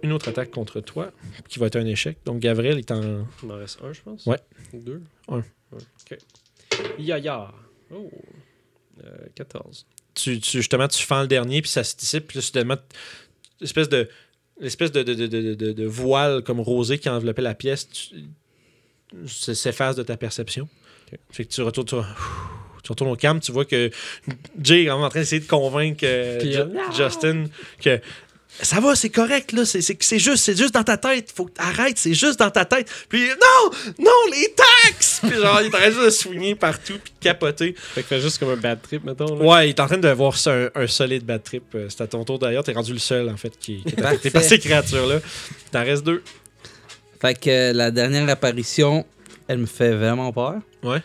[SPEAKER 1] une autre attaque contre toi, qui va être un échec. Donc, Gavril, il t'en.
[SPEAKER 3] Il m'en reste un, je pense.
[SPEAKER 1] Ouais.
[SPEAKER 3] Ou deux.
[SPEAKER 1] Un.
[SPEAKER 3] Ok. Yaya. Oh. Euh, 14.
[SPEAKER 1] Tu, tu- justement, tu fends le dernier, puis ça se dissipe, puis là, soudainement, t- espèce de. L'espèce de, de, de, de- de- de voile comme rosé qui enveloppait la pièce tu- s- s'efface de ta perception.
[SPEAKER 3] Ok.
[SPEAKER 1] Fait que tu retournes, tu, tu retournes au calme, tu vois que Jay est vraiment en train d'essayer de convaincre euh,
[SPEAKER 3] Puis,
[SPEAKER 1] Ju-
[SPEAKER 3] euh,
[SPEAKER 1] Justin que ça va, c'est correct, là, c'est, c'est, c'est juste, c'est juste dans ta tête, faut que arrête, c'est juste dans ta tête. Puis non, non, les taxes! Puis genre, il est en train juste de swinguer partout, puis de capoter.
[SPEAKER 3] Fait que fait juste comme un bad trip, mettons. là.
[SPEAKER 1] Ouais, il est en train de voir ça, un, un solide bad trip. Euh, C'est à ton tour d'ailleurs, t'es rendu le seul en fait qui,
[SPEAKER 2] (laughs)
[SPEAKER 1] qui est affecté
[SPEAKER 2] Parfait.
[SPEAKER 1] par ces créatures-là. T'en restes deux.
[SPEAKER 2] Fait que euh, la dernière apparition, elle me fait vraiment peur.
[SPEAKER 1] Ouais.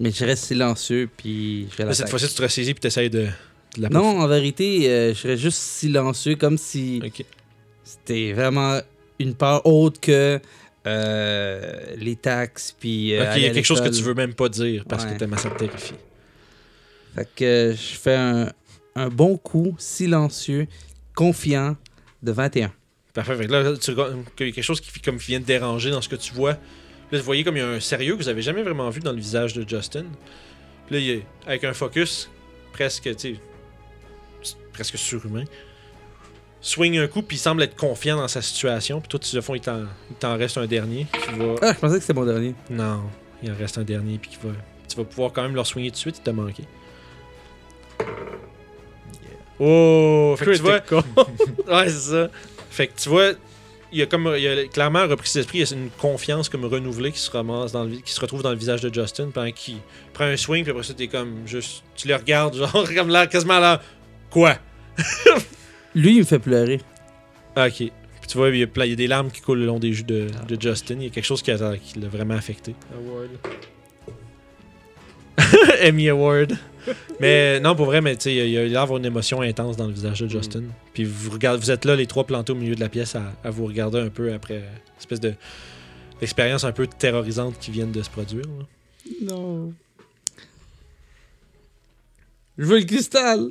[SPEAKER 2] Mais je reste silencieux, puis je
[SPEAKER 1] Là, cette fois-ci, tu te ressaisis puis tu essaies de, de la
[SPEAKER 2] Non, en vérité, euh, je reste juste silencieux, comme si
[SPEAKER 1] Ok.
[SPEAKER 2] c'était vraiment une peur autre que euh, les taxes, puis. euh,
[SPEAKER 1] Ok, il
[SPEAKER 2] aller
[SPEAKER 1] y
[SPEAKER 2] à
[SPEAKER 1] a quelque chose que
[SPEAKER 2] l'école.
[SPEAKER 1] tu veux même pas dire parce
[SPEAKER 2] Ouais.
[SPEAKER 1] que t'es ma sacrifié.
[SPEAKER 2] Fait que euh, je fais un, un bon coup, silencieux, confiant, de 21.
[SPEAKER 1] Parfait. Fait que là, tu regardes qu'il y a quelque chose qui, comme, qui vient de déranger dans ce que tu vois. Là, vous voyez comme il y a un sérieux que vous avez jamais vraiment vu dans le visage de Justin. Puis là, il est avec un focus presque, tu sais, s- presque surhumain. Swing un coup, puis il semble être confiant dans sa situation. Puis toi, tu le fond, il t'en il t'en reste un dernier qui va.
[SPEAKER 2] Ah, je pensais que c'était mon dernier.
[SPEAKER 1] Non, il en reste un dernier, puis qui va. Tu vas pouvoir quand même leur soigner tout de suite, il t'a manqué. Oh, fait que tu vois, Ouais, c'est ça. Fait que tu vois, il y a comme il y a clairement repris d'esprit, il y a une confiance comme renouvelée qui se ramasse dans le vi- qui se retrouve dans le visage de Justin pendant qu'il prend un swing puis après ça t'es comme juste tu le regardes (laughs) genre comme là quasiment là quoi
[SPEAKER 2] Lui, il me fait pleurer.
[SPEAKER 1] Ah, Ok. Puis tu vois, il y, a plein- il y a des larmes qui coulent le long des joues de, de Justin. Il y a quelque chose qui a- qui l'a vraiment affecté.
[SPEAKER 3] Award.
[SPEAKER 1] (laughs) Emmy Award. Mais non, pour vrai, mais tu sais, il y a il a l'air d'avoir une émotion intense dans le visage de Justin. Puis vous, regardez, vous êtes là, les trois plantés au milieu de la pièce, à, à vous regarder un peu après euh, espèce de d'expérience un peu terrorisante qui vient de se produire. là.
[SPEAKER 2] Non. Je veux le cristal.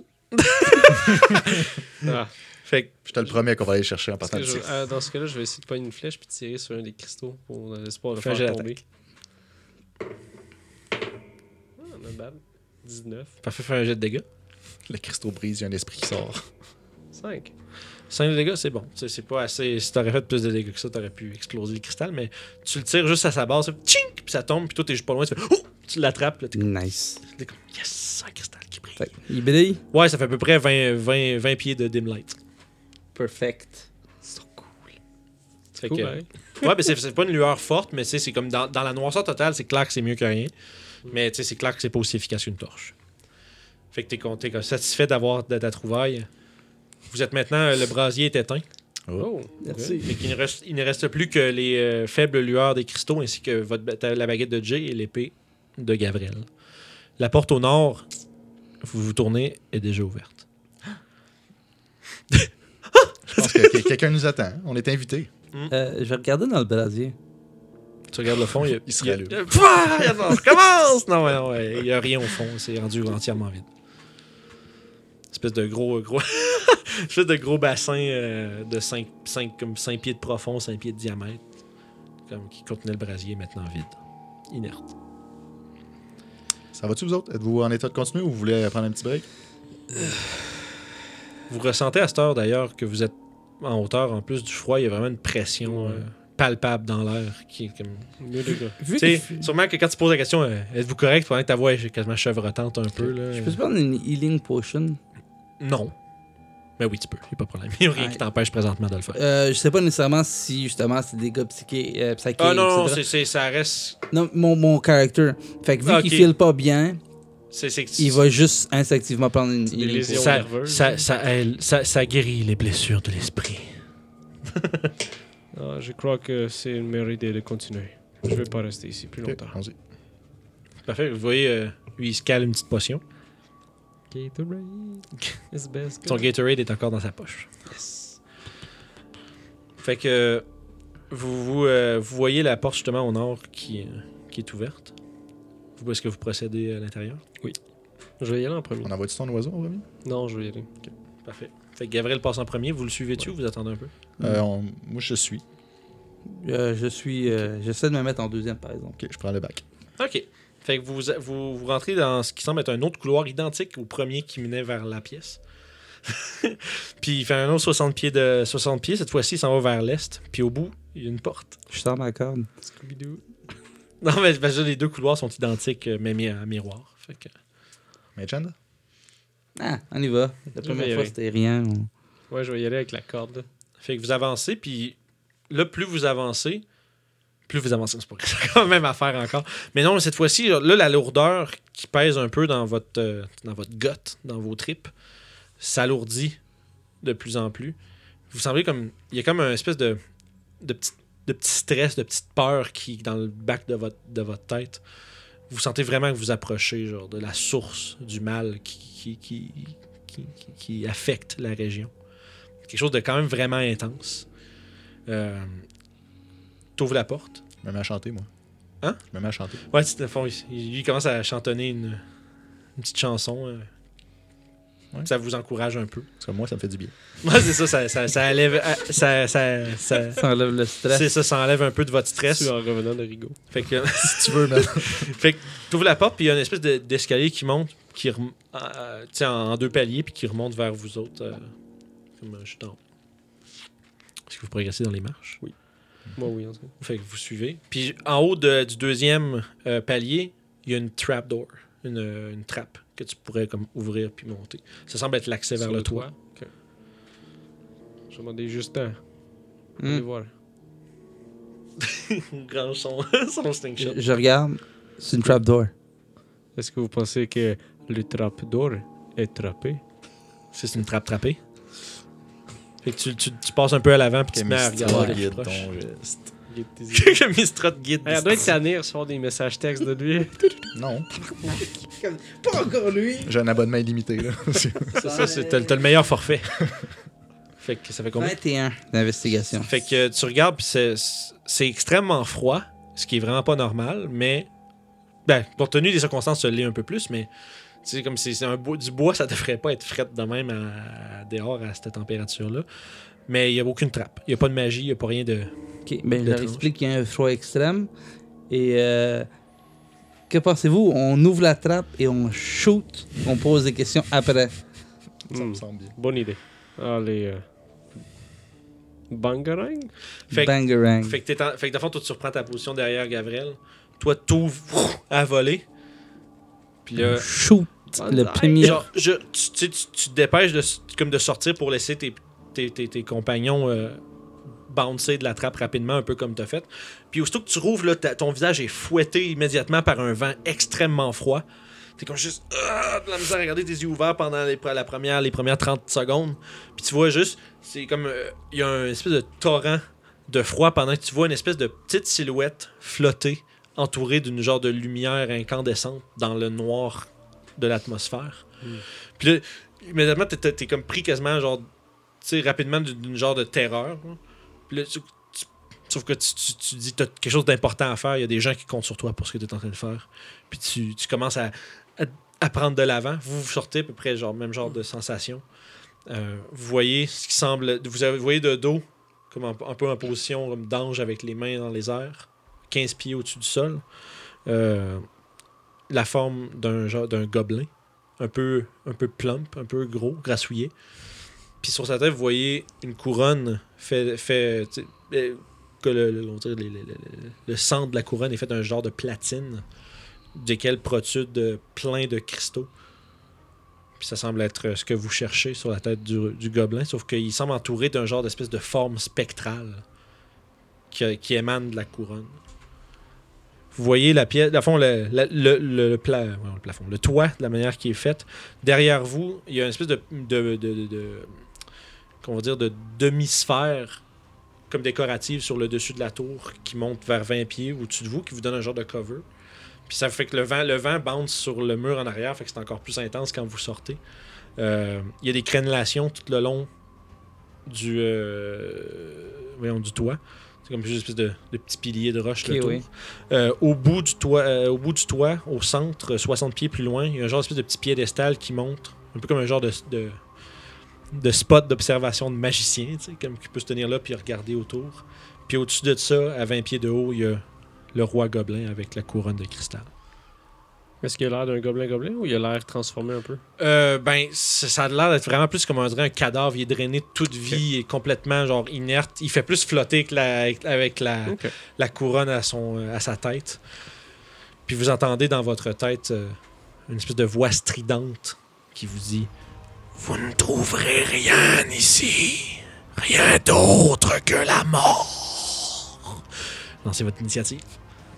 [SPEAKER 3] Ah,
[SPEAKER 1] Fait que,
[SPEAKER 4] Je te le promets qu'on va aller le chercher en
[SPEAKER 3] parce
[SPEAKER 4] partant
[SPEAKER 3] que
[SPEAKER 4] de
[SPEAKER 3] je-
[SPEAKER 4] ici.
[SPEAKER 3] euh, dans ce cas-là, je vais essayer de pogner une flèche puis tirer sur un des cristaux pour euh, l'espoir de
[SPEAKER 1] Fais un
[SPEAKER 3] faire
[SPEAKER 1] jet
[SPEAKER 3] tomber. Ah, not bad. 19.
[SPEAKER 1] parfait, fais un jet de dégâts.
[SPEAKER 4] Le cristaux brise, il y a un esprit qui sort.
[SPEAKER 3] 5.
[SPEAKER 1] 5 de dégâts, c'est bon. Tu sais, C'est pas assez. Si t'aurais fait plus de dégâts que ça, t'aurais pu exploser le cristal, mais tu le tires juste à sa base, ça fait tchink, puis ça tombe, puis toi t'es juste pas loin, tu fais Ouh! Tu l'attrapes, là, t'es
[SPEAKER 2] Nice.
[SPEAKER 1] t'es comme Yes! Un cristal qui brille.
[SPEAKER 2] Fait que, Il brille.
[SPEAKER 1] Ouais, ça fait à peu près 20, 20, 20 pieds de dim light.
[SPEAKER 2] Perfect.
[SPEAKER 1] Fait que-
[SPEAKER 3] hein?
[SPEAKER 1] Ouais, mais c'est- c'est pas une lueur forte, mais tu sais, c'est comme dans, dans la noirceur totale, c'est clair que c'est mieux que rien. Mais tu sais, c'est clair que c'est pas aussi efficace qu'une torche. Fait que t'es con- t'es comme satisfait d'avoir de ta trouvaille. Vous êtes maintenant, euh, le brasier est éteint.
[SPEAKER 3] Oh,
[SPEAKER 2] Merci.
[SPEAKER 1] Fait qu'il ne reste, il ne reste plus que les euh, faibles lueurs des cristaux ainsi que votre, ba- ta- la baguette de Jay et l'épée de Gabriel. La porte au nord, vous vous tournez, est déjà ouverte.
[SPEAKER 4] Je pense que que quelqu'un nous attend. On est invité.
[SPEAKER 2] Euh, je vais regarder dans le brasier.
[SPEAKER 1] Tu regardes le fond, il y a.
[SPEAKER 4] Il se
[SPEAKER 1] y a-
[SPEAKER 4] rallume.
[SPEAKER 1] (laughs) Pouah! Attends, je commence! Non, mais non, ouais, il n'y a rien au fond. C'est rendu entièrement vide. Espèce de gros. gros (laughs) espèce de gros bassin euh, de 5, comme 5 pieds de profond, 5 pieds de diamètre. Comme qui contenait le brasier maintenant vide. Inerte.
[SPEAKER 4] Ça va-tu, vous autres? Êtes-vous en état de continuer ou vous voulez prendre un petit break?
[SPEAKER 1] Vous ressentez à cette heure d'ailleurs que vous êtes en hauteur, en plus du froid, il y a vraiment une pression
[SPEAKER 3] Ouais.
[SPEAKER 1] euh, palpable dans l'air qui est comme.
[SPEAKER 3] mieux de gars.
[SPEAKER 1] Tu
[SPEAKER 2] Vu que
[SPEAKER 1] sais,
[SPEAKER 2] je,
[SPEAKER 1] sûrement que quand tu poses la question, euh, êtes-vous correct, pendant que ta voix est quasiment chevrotante un peu, là.
[SPEAKER 2] je peux prendre une healing potion.
[SPEAKER 1] Non. Mais oui, tu peux, y a pas de problème. Il a rien
[SPEAKER 2] Ouais.
[SPEAKER 1] qui t'empêche présentement de le faire.
[SPEAKER 2] Euh, je sais pas nécessairement si justement c'est des gars psyché, euh, psychiques.
[SPEAKER 1] Ah non, non,
[SPEAKER 2] etc.
[SPEAKER 1] c'est- c'est- ça reste.
[SPEAKER 2] Non, mon, mon character. Fait que vu
[SPEAKER 1] Ah,
[SPEAKER 2] qu'il
[SPEAKER 1] ok.
[SPEAKER 2] file pas bien,
[SPEAKER 1] c'est- c'est-
[SPEAKER 2] il va juste instinctivement prendre une
[SPEAKER 3] des
[SPEAKER 2] healing
[SPEAKER 3] lésions.
[SPEAKER 2] potion.
[SPEAKER 1] Ça,
[SPEAKER 3] nerveux,
[SPEAKER 1] ça,
[SPEAKER 3] là.
[SPEAKER 1] ça, elle- ça- ça guérit les blessures de l'esprit.
[SPEAKER 3] Ah, je crois que c'est une meilleure idée de continuer. Je vais pas rester ici plus
[SPEAKER 4] Ok,
[SPEAKER 3] longtemps.
[SPEAKER 4] allons-y.
[SPEAKER 1] Parfait, vous voyez, euh, lui, il se cale une petite potion.
[SPEAKER 3] Gatorade. It's best.
[SPEAKER 1] Son Gatorade est encore dans sa poche. Fait que vous, vous, euh, vous voyez la porte justement au nord qui, euh, qui est ouverte. Vous- Est-ce que vous procédez à l'intérieur?
[SPEAKER 3] Je vais y aller en premier.
[SPEAKER 4] On envoie-tu ton oiseau en premier?
[SPEAKER 3] Non, je vais y aller.
[SPEAKER 1] Parfait. Fait que Gabriel passe en premier. Vous le suivez-tu ou vous attendez un peu?
[SPEAKER 4] Euh, on- Moi, je suis.
[SPEAKER 2] Euh, je suis. euh, J'essaie de me mettre en deuxième par exemple.
[SPEAKER 4] Ok, je prends le bac.
[SPEAKER 1] OK. Fait que vous, vous, vous rentrez dans ce qui semble être un autre couloir identique au premier qui menait vers la pièce. (laughs) puis il fait un autre 60 pieds de 60 pieds. Cette fois-ci, il s'en va vers l'est. Puis au bout, il y a une porte. (laughs)
[SPEAKER 2] Je sors ma corde.
[SPEAKER 3] Scooby-Doo.
[SPEAKER 1] Non, mais parce que les deux couloirs sont identiques, euh, mais mis à miroir. Fait que...
[SPEAKER 4] Mais Jen,
[SPEAKER 2] Ah, on y va. La
[SPEAKER 3] Je vais y
[SPEAKER 2] première fois
[SPEAKER 3] aller.
[SPEAKER 1] (laughs)
[SPEAKER 2] c'était rien. on-
[SPEAKER 3] Ouais, je vais y aller avec la corde.
[SPEAKER 1] Fait que vous avancez, puis là, plus vous avancez, plus vous avancez. (laughs) C'est pas c'est quand même à faire encore. Mais non, cette fois-ci, là, la lourdeur qui pèse un peu dans votre, euh, dans votre gotte, dans vos tripes, s'alourdit de plus en plus. Vous semblez comme. Il y a comme un espèce de, de petite de petits stress, de petites peurs qui, dans le bac de votre, de votre tête, vous sentez vraiment que vous approchez genre, de la source du mal qui, qui, qui, qui, qui- qui affecte la région. Quelque chose de quand même vraiment intense. Euh, T'ouvres la porte.
[SPEAKER 4] Je me mets à chanter, moi.
[SPEAKER 1] Hein?
[SPEAKER 4] Je me mets à chanter.
[SPEAKER 1] Ouais, tu te font- il, il commence à chantonner une, une petite chanson. euh.
[SPEAKER 4] Ouais.
[SPEAKER 1] Ça vous encourage un peu. (laughs)
[SPEAKER 4] Parce que moi, ça me fait du bien.
[SPEAKER 1] Ouais, c'est ça, ça, ça, ça enlève- ah, ça- ça- ça-
[SPEAKER 2] Ça enlève le stress.
[SPEAKER 1] c'est ça, ça enlève un peu de votre stress.
[SPEAKER 3] Tu en revenant de Rigaud.
[SPEAKER 1] Fait que, (laughs)
[SPEAKER 4] Si tu veux, man.
[SPEAKER 1] fait que t'ouvres la porte, puis il y a une espèce de- d'escalier qui monte, qui rem- euh, tu sais, en, en deux paliers, puis qui remonte vers vous autres. euh, comme euh, juste en haut. Est-ce que vous progressez dans les marches?
[SPEAKER 3] Moi, oui, en tout cas.
[SPEAKER 1] Fait que vous suivez. Puis en haut de- du deuxième euh, palier, il y a une trapdoor, une, euh, une trappe que tu pourrais comme ouvrir puis monter. Ça semble être l'accès vers
[SPEAKER 3] Sur
[SPEAKER 1] le, toit.
[SPEAKER 3] Ok. Je vais demander Justin.
[SPEAKER 2] Hmm.
[SPEAKER 3] Allez (laughs) voir.
[SPEAKER 1] Grand son, (laughs) son sting shot.
[SPEAKER 2] Je, je regarde. C'est une trapdoor.
[SPEAKER 3] Est-ce que vous pensez que le trapdoor est trappé
[SPEAKER 1] C'est une trappe trappée. Fait que tu, tu- tu passes un peu à l'avant puis tu te mets
[SPEAKER 3] Ah,
[SPEAKER 1] à
[SPEAKER 4] Mistral
[SPEAKER 1] regarder plus
[SPEAKER 4] guide
[SPEAKER 1] proche.
[SPEAKER 4] ton geste.
[SPEAKER 3] (laughs)
[SPEAKER 1] (laughs) Que Mistral guide.
[SPEAKER 3] Elle doit être tannée à recevoir des messages textes de lui.
[SPEAKER 4] (laughs) Non,
[SPEAKER 2] Pas encore lui!
[SPEAKER 4] j'ai un abonnement illimité, là.
[SPEAKER 1] C'est ça, c'est- t'as t'as le meilleur forfait. (laughs) fait que ça fait combien?
[SPEAKER 2] 21 d'investigation.
[SPEAKER 1] Fait que tu regardes, puis c'est- c'est extrêmement froid, ce qui est vraiment pas normal, mais. Ben, compte tenu des circonstances, ça l'est un peu plus, mais. Tu sais, comme si c'est un bois, du bois, ça devrait pas être fret de même à, à dehors à cette température-là. Mais il n'y a aucune trappe. Il n'y a pas de magie, il n'y a pas rien de.
[SPEAKER 2] Ok, ben, je
[SPEAKER 1] de
[SPEAKER 2] leur
[SPEAKER 1] tranche.
[SPEAKER 2] explique qu'il y a un froid extrême. Et euh, que pensez-vous? On ouvre la trappe et on shoot. On pose des questions après.
[SPEAKER 4] Ça me
[SPEAKER 3] Hmm.
[SPEAKER 4] semble bien.
[SPEAKER 3] Bonne idée. Allez. Euh... Bangarang
[SPEAKER 1] Fait que-
[SPEAKER 2] Bangarang.
[SPEAKER 1] Fait que, t'es en- fait que dans le fond, toi, tu reprends ta position derrière Gabriel. Toi, t'ouvres à voler. Puis là.
[SPEAKER 2] Shoot. Le premier.
[SPEAKER 1] Genre, je- tu, tu sais, tu- tu te dépêches de, s- comme de sortir pour laisser tes, tes- tes- tes compagnons euh, bouncer de la trappe rapidement, un peu comme t'as fait. Puis aussitôt que tu rouvres, là, ta- ton visage est fouetté immédiatement par un vent extrêmement froid. T'es comme juste ah, de la misère à garder tes yeux ouverts pendant les, pre- la première, les premières 30 secondes. Puis tu vois juste, c'est comme euh, il y a un espèce de torrent de froid pendant que tu vois une espèce de petite silhouette flotter entourée d'une genre de lumière incandescente dans le noir de l'atmosphère. Puis là, immédiatement, t'es- t'es t'es comme pris quasiment, genre, tu sais, rapidement d'une- d'une genre de terreur. là. Puis là, tu- tu- sauf que tu, tu, tu dis, t'as quelque chose d'important à faire, il y a des gens qui comptent sur toi pour ce que t'es en train de faire. Puis tu, tu commences à, à- à prendre de l'avant. Vous, vous sortez à peu près, genre, même genre de sensation. Euh, vous voyez ce qui semble. Vous, avez- vous voyez de dos, comme en- un peu en position comme d'ange avec les mains dans les airs, 15 pieds au-dessus du sol. Euh, la forme d'un genre d'un gobelin, un peu un peu plump, un peu gros, grassouillé. Puis sur sa tête, vous voyez une couronne fait fait tu sais, euh, que le, le- on dirait les- les- les- les- le centre de la couronne est fait d'un genre de platine desquelles protudent euh, plein de cristaux. Puis ça semble être euh, ce que vous cherchez sur la tête du, du gobelin, sauf qu'il semble entouré d'un genre d'espèce de forme spectrale qui, qui émane de la couronne. Vous voyez la pièce, à fond, le, la- le, le, le pla- voyons, le plafond, le toit, de la manière qui est faite. Derrière vous, il y a une espèce de, de, de, de- de- qu'on va dire, de demi-sphère comme décorative sur le dessus de la tour qui monte vers 20 pieds au-dessus de vous, qui vous donne un genre de cover. Puis ça fait que le vent, le vent bounce sur le mur en arrière, fait que c'est encore plus intense quand vous sortez. Euh, il y a des crénelations tout le long du, euh, voyons, du toit. C'est comme juste une espèce de, de petits piliers de roche
[SPEAKER 2] Ok,
[SPEAKER 1] le tour.
[SPEAKER 2] oui.
[SPEAKER 1] Euh, au, bout du toit, euh, au bout du toit, au centre, euh, 60 pieds plus loin, il y a un genre d'espèce de petit piédestal qui monte, un peu comme un genre de, de, de spot d'observation de magicien, tu sais, comme qui peut se tenir là puis regarder autour. Puis au-dessus de ça, à 20 pieds de haut, il y a le roi gobelin avec la couronne de cristal.
[SPEAKER 3] Est-ce qu'il a l'air d'un gobelin-gobelin ou il a l'air transformé un peu
[SPEAKER 1] Euh, ben, c- ça a l'air d'être vraiment plus comme on dirait un cadavre. Il est drainé de toute vie, il est complètement genre inerte. Il fait plus flotter que la- avec- avec la,
[SPEAKER 3] Ok.
[SPEAKER 1] la couronne à, son, euh, à sa tête. Puis vous entendez dans votre tête euh, une espèce de voix stridente qui vous dit Vous ne trouverez rien ici, rien d'autre que la mort. Lancez votre initiative.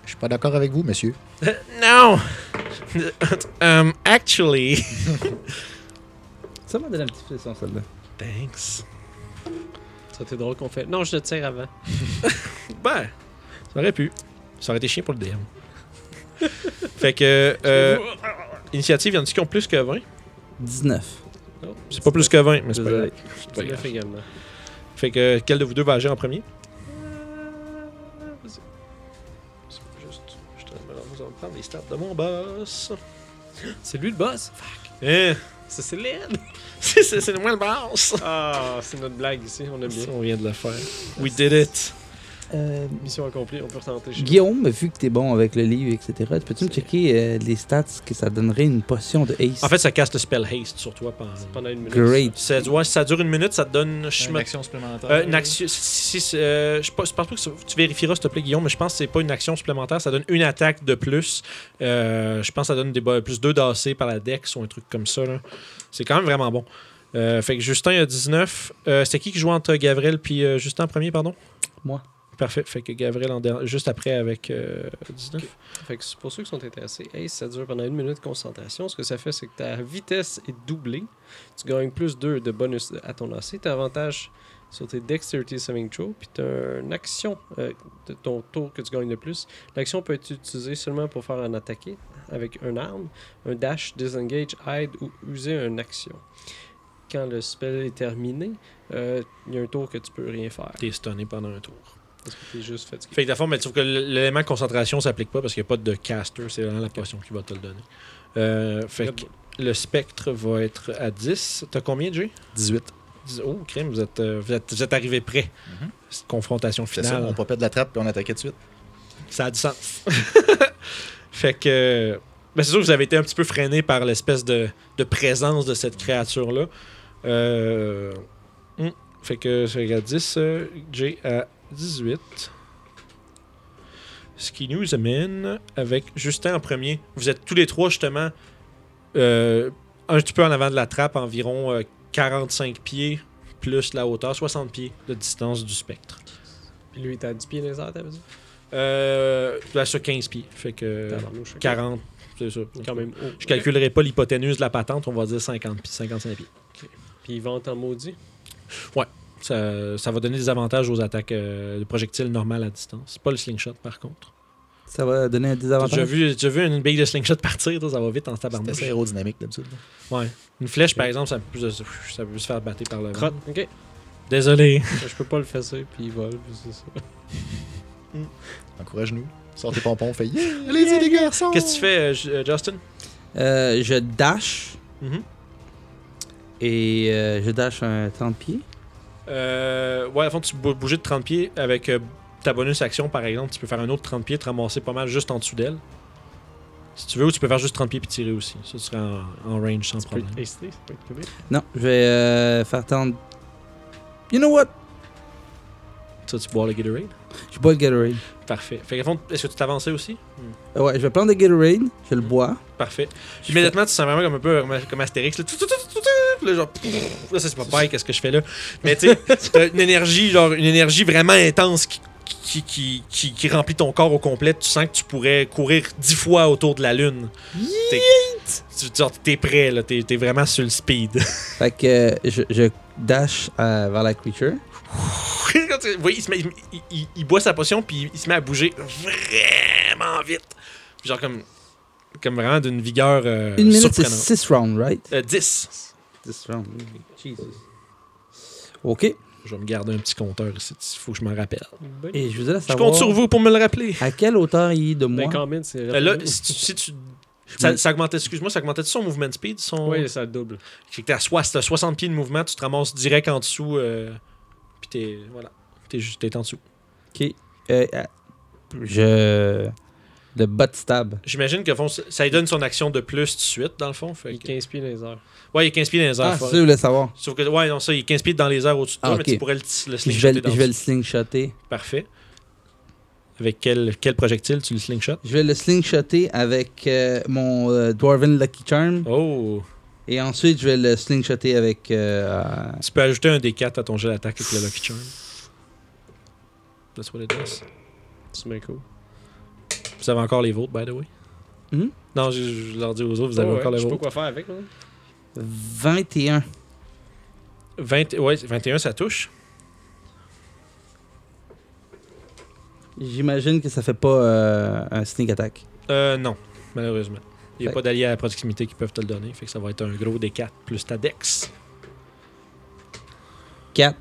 [SPEAKER 4] Je suis pas d'accord avec vous, monsieur.
[SPEAKER 1] Euh, (laughs) non Um, Actually. (laughs)
[SPEAKER 2] Ça m'a donné un petit frisson, celle-là.
[SPEAKER 1] Thanks.
[SPEAKER 3] Ça, c'est drôle qu'on fait. Non, je le tire avant. Ben,
[SPEAKER 1] Ça aurait pu. Ça aurait été chiant pour le DM. (laughs) fait que. euh, initiative, il y en a qui ont plus que 20.
[SPEAKER 2] 19.
[SPEAKER 3] non,
[SPEAKER 1] C'est pas plus que 20, mais c'est pas grave.
[SPEAKER 2] Désolé.
[SPEAKER 1] C'est pas
[SPEAKER 3] Oh, C'est
[SPEAKER 1] grave.
[SPEAKER 3] également.
[SPEAKER 1] Fait que quel de vous deux va agir en premier Euh,
[SPEAKER 3] C'est juste. Je te demande de prendre les stats de mon boss.
[SPEAKER 5] C'est lui le boss.
[SPEAKER 1] Hein
[SPEAKER 5] Ça, c'est laide.
[SPEAKER 1] (laughs) C'est- C'est c'est moi le boss
[SPEAKER 3] Ah, c'est notre blague ici, on aime bien.
[SPEAKER 1] On vient de le faire. We did it.
[SPEAKER 2] Euh,
[SPEAKER 3] Mission accomplie, on peut retenter. chez nous.
[SPEAKER 2] Guillaume, vu que t'es bon avec le livre, etc., peux-tu me checker euh, les stats que ça donnerait une potion de Ace
[SPEAKER 1] En fait, ça casse le spell haste sur toi pendant.
[SPEAKER 3] Pendant une minute.
[SPEAKER 2] Great.
[SPEAKER 1] Ça, ouais, si ça dure une minute, ça te donne. je
[SPEAKER 4] Une
[SPEAKER 1] me-
[SPEAKER 4] action supplémentaire.
[SPEAKER 1] Euh, une action. si- si- euh, je pense je pense pas que ça- tu vérifieras, s'il te plaît, Guillaume, mais je pense que c'est pas une action supplémentaire. Ça donne une attaque de plus. Euh, je pense que ça donne des bo- plus 2 d'AC par la Dex ou un truc comme ça. là. C'est quand même vraiment bon. Euh, fait que Justin a 19. Euh, C'était qui qui jouait entre Gavrel puis euh, Justin en premier, pardon
[SPEAKER 2] Moi.
[SPEAKER 1] Parfait. Fait que Gavrel en der- juste après avec euh, 19.
[SPEAKER 3] Fait que c'est pour ceux qui sont intéressés, hey, ça dure pendant une minute de concentration. Ce que ça fait, c'est que ta vitesse est doublée. Tu gagnes plus 2 de bonus à ton AC. Tu avantage sur tes Dexterity Saving Throw. Puis tu une action euh, de ton tour que tu gagnes de plus. L'action peut être utilisée seulement pour faire un attaqué avec une arme, un dash, disengage, hide ou user une action. Quand le spell est terminé, euh, il y a un tour que tu peux rien faire.
[SPEAKER 1] T'es stunné pendant un tour.
[SPEAKER 3] Parce que tu es juste fatigué.
[SPEAKER 1] Fait que d'abord, mais tu trouves que l'élément de concentration s'applique pas parce qu'il n'y a pas de caster, c'est vraiment la potion qui va te le donner. Euh, fait que le spectre va être à 10. T'as combien, Jay
[SPEAKER 4] 18.
[SPEAKER 1] Dix- Oh, crime, vous êtes, euh, vous êtes, vous êtes arrivé prêt.
[SPEAKER 4] Mhm.
[SPEAKER 1] Cette confrontation
[SPEAKER 4] Fais ça,
[SPEAKER 1] finale,
[SPEAKER 4] on popait de la trappe puis on attaquait de suite.
[SPEAKER 1] ça a du sens. (laughs) fait que. ben, c'est sûr que vous avez été un petit peu freiné par l'espèce de, de présence de cette créature-là. Euh, hum, Fait que c'est à 10, euh, Jay à 18. Ce qui nous amène avec Justin en premier. Vous êtes tous les trois justement euh, un petit peu en avant de la trappe, environ euh, 45 pieds plus la hauteur, 60 pieds de distance du spectre.
[SPEAKER 3] Puis lui, il est à 10 pieds dans les airs, t'as dit
[SPEAKER 1] Euh, là, sur 15 pieds. Fait que
[SPEAKER 3] Tabarnouche, ok.
[SPEAKER 1] 40, c'est ça.
[SPEAKER 3] Quand même haut.
[SPEAKER 1] Euh, Je calculerai pas l'hypoténuse de la patente, on va dire 50 pieds, 55 pieds.
[SPEAKER 3] Puis il vente en maudit.
[SPEAKER 1] Ça, ça va donner des avantages aux attaques euh, de projectiles normales à distance. Pas le slingshot, par contre.
[SPEAKER 2] Ça va donner
[SPEAKER 1] T'as
[SPEAKER 2] un
[SPEAKER 1] déjà
[SPEAKER 2] désavantage.
[SPEAKER 1] vu, t'as déjà vu une bille de slingshot partir, toi, ça va vite en
[SPEAKER 4] C'était
[SPEAKER 1] tabarnouche.
[SPEAKER 4] assez aérodynamique d'habitude. là.
[SPEAKER 1] Une flèche, par exemple, ça peut, plus- ça peut se faire battre par le vent.
[SPEAKER 2] Mm.
[SPEAKER 3] Crotte. Ok.
[SPEAKER 1] Désolé.
[SPEAKER 3] je peux pas le fesser, puis il vole, puis c'est ça.
[SPEAKER 4] Encourage-nous. Sors tes pompons, fais yeah, allez-y les
[SPEAKER 2] Oh.
[SPEAKER 4] garçons!
[SPEAKER 1] Qu'est-ce que tu fais, euh, J- euh, Justin?
[SPEAKER 2] Euh, je dash
[SPEAKER 1] Mhm.
[SPEAKER 2] et euh, je dash un 30 pieds.
[SPEAKER 1] Euh, ouais, à fond, tu bou- bouger de 30 pieds avec euh, ta bonus action, par exemple. Tu peux faire un autre 30 pieds, te ramasser pas mal juste en dessous d'elle. Si tu veux, ou tu peux faire juste 30 pieds puis tirer aussi. Ça, tu serais en, en range sans
[SPEAKER 3] Tu peux
[SPEAKER 1] problème.
[SPEAKER 3] le tester, ça peut être public.
[SPEAKER 2] Non, je vais euh, faire tendre. You know what?
[SPEAKER 1] Ça, tu bois le Gatorade.
[SPEAKER 2] Je bois le Gatorade.
[SPEAKER 1] Parfait. Fait qu'à fond, est-ce que tu t'avançais aussi
[SPEAKER 2] Euh, ouais, je vais prendre le Gatorade, je le bois.
[SPEAKER 1] Parfait.
[SPEAKER 2] Je
[SPEAKER 1] Immédiatement, tu sens vraiment comme un peu comme, comme Astérix. Là, Tout, tout, tout, tout, tout. Là, genre, pff, là, ça, c'est pas pareil, qu'est-ce que je fais là. Mais (laughs) tu sais, t'as une énergie, genre, une énergie vraiment intense qui, qui, qui, qui- qui remplit ton corps au complet. Tu sens que tu pourrais courir dix fois autour de la Lune. T'es- tu- genre, T'es prêt, là. T'es t'es vraiment sur le speed. (laughs)
[SPEAKER 2] fais- Fait que euh, je, je dash euh, vers la creature.
[SPEAKER 1] Quand tu- oui, il, se met- il- il- il- il boit sa potion, puis il se met à bouger vraiment vite. Genre, comme, comme vraiment d'une vigueur euh,
[SPEAKER 2] Une minute, c'est
[SPEAKER 1] surprenante.
[SPEAKER 2] 6 rounds, right?
[SPEAKER 1] Euh, 10.
[SPEAKER 2] 6 rounds. Jesus. Ok.
[SPEAKER 1] Je vais me garder un petit compteur ici. Il faut que je m'en rappelle.
[SPEAKER 3] Ben,
[SPEAKER 2] Et je voudrais
[SPEAKER 1] Je
[SPEAKER 2] savoir.
[SPEAKER 1] compte sur vous pour me le rappeler.
[SPEAKER 2] À quelle hauteur il est de moi?
[SPEAKER 3] ben, quand même, c'est.
[SPEAKER 1] Euh, là, si tu. si tu- ça, ça augmentait, excuse-moi, ça augmentait son mouvement speed? Son...
[SPEAKER 3] Oui, ça double.
[SPEAKER 1] Fait que t'as soi- si t'as 60 pieds de mouvement, tu te ramasses direct en dessous. euh, Puis t'es. Voilà. T'es juste t'es en dessous.
[SPEAKER 2] Ok. Euh, euh, je. Le butt stab.
[SPEAKER 1] J'imagine que fond, ça ça lui donne son action de plus tout de suite, dans le fond.
[SPEAKER 3] Il
[SPEAKER 1] Fait
[SPEAKER 3] est
[SPEAKER 1] que-
[SPEAKER 3] 15 pieds dans les airs.
[SPEAKER 1] Ouais, il est 15 pieds dans les airs.
[SPEAKER 2] Ah,
[SPEAKER 1] faut-
[SPEAKER 2] c'est ça, je voulais savoir.
[SPEAKER 1] Sauf que, ouais, non, ça, il est 15 pieds dans les airs au-dessus de
[SPEAKER 2] Ah,
[SPEAKER 1] toi,
[SPEAKER 2] ok.
[SPEAKER 1] mais tu pourrais le, le
[SPEAKER 2] Je vais,
[SPEAKER 1] slingshotter.
[SPEAKER 2] le-
[SPEAKER 1] dans
[SPEAKER 2] je vais
[SPEAKER 1] le-
[SPEAKER 2] le slingshotter.
[SPEAKER 1] Parfait. Avec quel, quel projectile tu le slingshot
[SPEAKER 2] Je vais le slingshotter avec euh, mon euh, Dwarven Lucky Charm.
[SPEAKER 1] Oh
[SPEAKER 2] Et ensuite, je vais le slingshotter avec. euh, euh,
[SPEAKER 1] Tu peux ajouter un D4 à ton jet d'attaque avec le Lucky Charm. That's what it is.
[SPEAKER 3] C'est bien cool.
[SPEAKER 1] Vous avez encore les vôtres, by the way.
[SPEAKER 2] Hmm?
[SPEAKER 1] Non, je, je leur dis aux autres, vous avez
[SPEAKER 3] Ouais,
[SPEAKER 1] encore
[SPEAKER 3] ouais,
[SPEAKER 1] les
[SPEAKER 3] Je sais pas
[SPEAKER 1] vôtres.
[SPEAKER 3] quoi faire avec, là.
[SPEAKER 2] 21.
[SPEAKER 1] 20, ouais, 21, ça touche.
[SPEAKER 2] J'imagine que ça fait pas euh, un sneak attack.
[SPEAKER 1] Euh, non, malheureusement. Il n'y a
[SPEAKER 2] Fait-
[SPEAKER 1] pas d'alliés à proximité qui peuvent te le donner. Fait que ça va être un gros D4 plus ta Dex.
[SPEAKER 2] 4.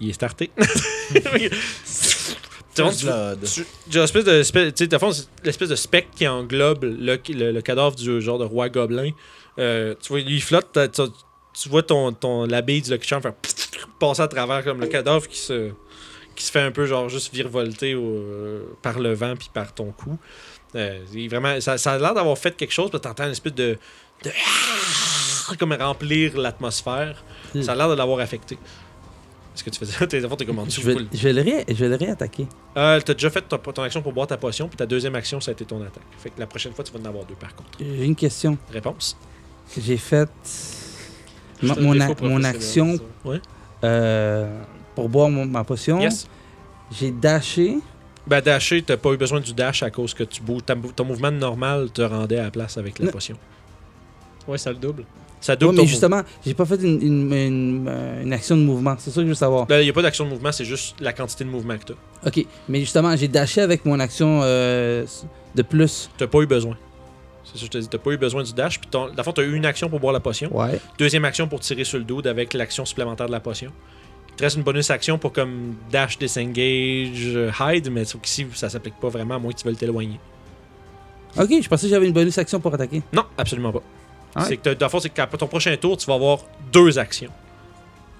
[SPEAKER 1] Il est
[SPEAKER 3] (laughs)
[SPEAKER 1] starté. (laughs) Tu rentres,
[SPEAKER 4] First Blood.
[SPEAKER 1] tu- tu as l'espèce de, espèce- tu sais, dans le fond, c'est l'espèce de spectre qui englobe le, le- le cadavre du genre de roi gobelin. Euh, tu vois, il flotte, t'as- tu, tu vois ton, ton, la bille du Lucky Charm faire (laughs) passer à travers comme le cadavre qui se, qui se fait un peu genre juste virevolter au- euh, par le vent puis par ton cou. Euh, il est vraiment, ça, ça a l'air d'avoir fait quelque chose, parce que t'entends une espèce de, (laughs) de comme remplir l'atmosphère.
[SPEAKER 2] Hmm.
[SPEAKER 1] Ça a l'air de l'avoir affecté. Est-ce que tu faisais? T'es t'es comme en
[SPEAKER 2] Je
[SPEAKER 1] dessous,
[SPEAKER 2] vais,
[SPEAKER 1] cool.
[SPEAKER 2] je vais le, ré- je vais le réattaquer.
[SPEAKER 1] Euh, t'as déjà fait ton, ton action pour boire ta potion, puis ta deuxième action, ça a été ton attaque. Fait que la prochaine fois, tu vas en avoir deux, par contre.
[SPEAKER 2] J'ai une question.
[SPEAKER 1] Réponse?
[SPEAKER 2] J'ai fait mon, mon a- mon action
[SPEAKER 1] Ouais.
[SPEAKER 2] euh, pour boire mon- ma potion.
[SPEAKER 1] Yes.
[SPEAKER 2] J'ai dashé.
[SPEAKER 1] Ben, dasher, t'as pas eu besoin du dash à cause que tu bouges. ta mou- ton mouvement normal te rendait à la place avec la
[SPEAKER 2] Non.
[SPEAKER 1] potion.
[SPEAKER 3] Ouais, ça le double.
[SPEAKER 1] Ça double
[SPEAKER 2] Oui,
[SPEAKER 1] ton
[SPEAKER 2] mais justement, j'ai pas fait une, une- une- euh, une action de mouvement. C'est ça que je veux savoir.
[SPEAKER 1] mouvement. Ben, y a pas d'action de mouvement, c'est juste la quantité de mouvement que t'as.
[SPEAKER 2] Ok, mais justement, j'ai dashé avec mon action euh, de plus.
[SPEAKER 1] T'as pas eu besoin. C'est ça que je te dis. T'as pas eu besoin du dash, puis ton... dans le fond, t'as eu une action pour boire la potion.
[SPEAKER 2] Ouais.
[SPEAKER 1] Deuxième action pour tirer sur le dude avec l'action supplémentaire de la potion. Il te reste une bonus action pour comme dash, disengage, euh, hide, mais sauf qu'ici ça s'applique pas vraiment à moins que tu veuilles t'éloigner.
[SPEAKER 2] Ok, je pensais que j'avais une bonus action pour attaquer.
[SPEAKER 1] Non, absolument pas.
[SPEAKER 2] Ah ouais?
[SPEAKER 1] C'est que t'as- dans le fond, c'est qu'à ton prochain tour, tu vas avoir deux actions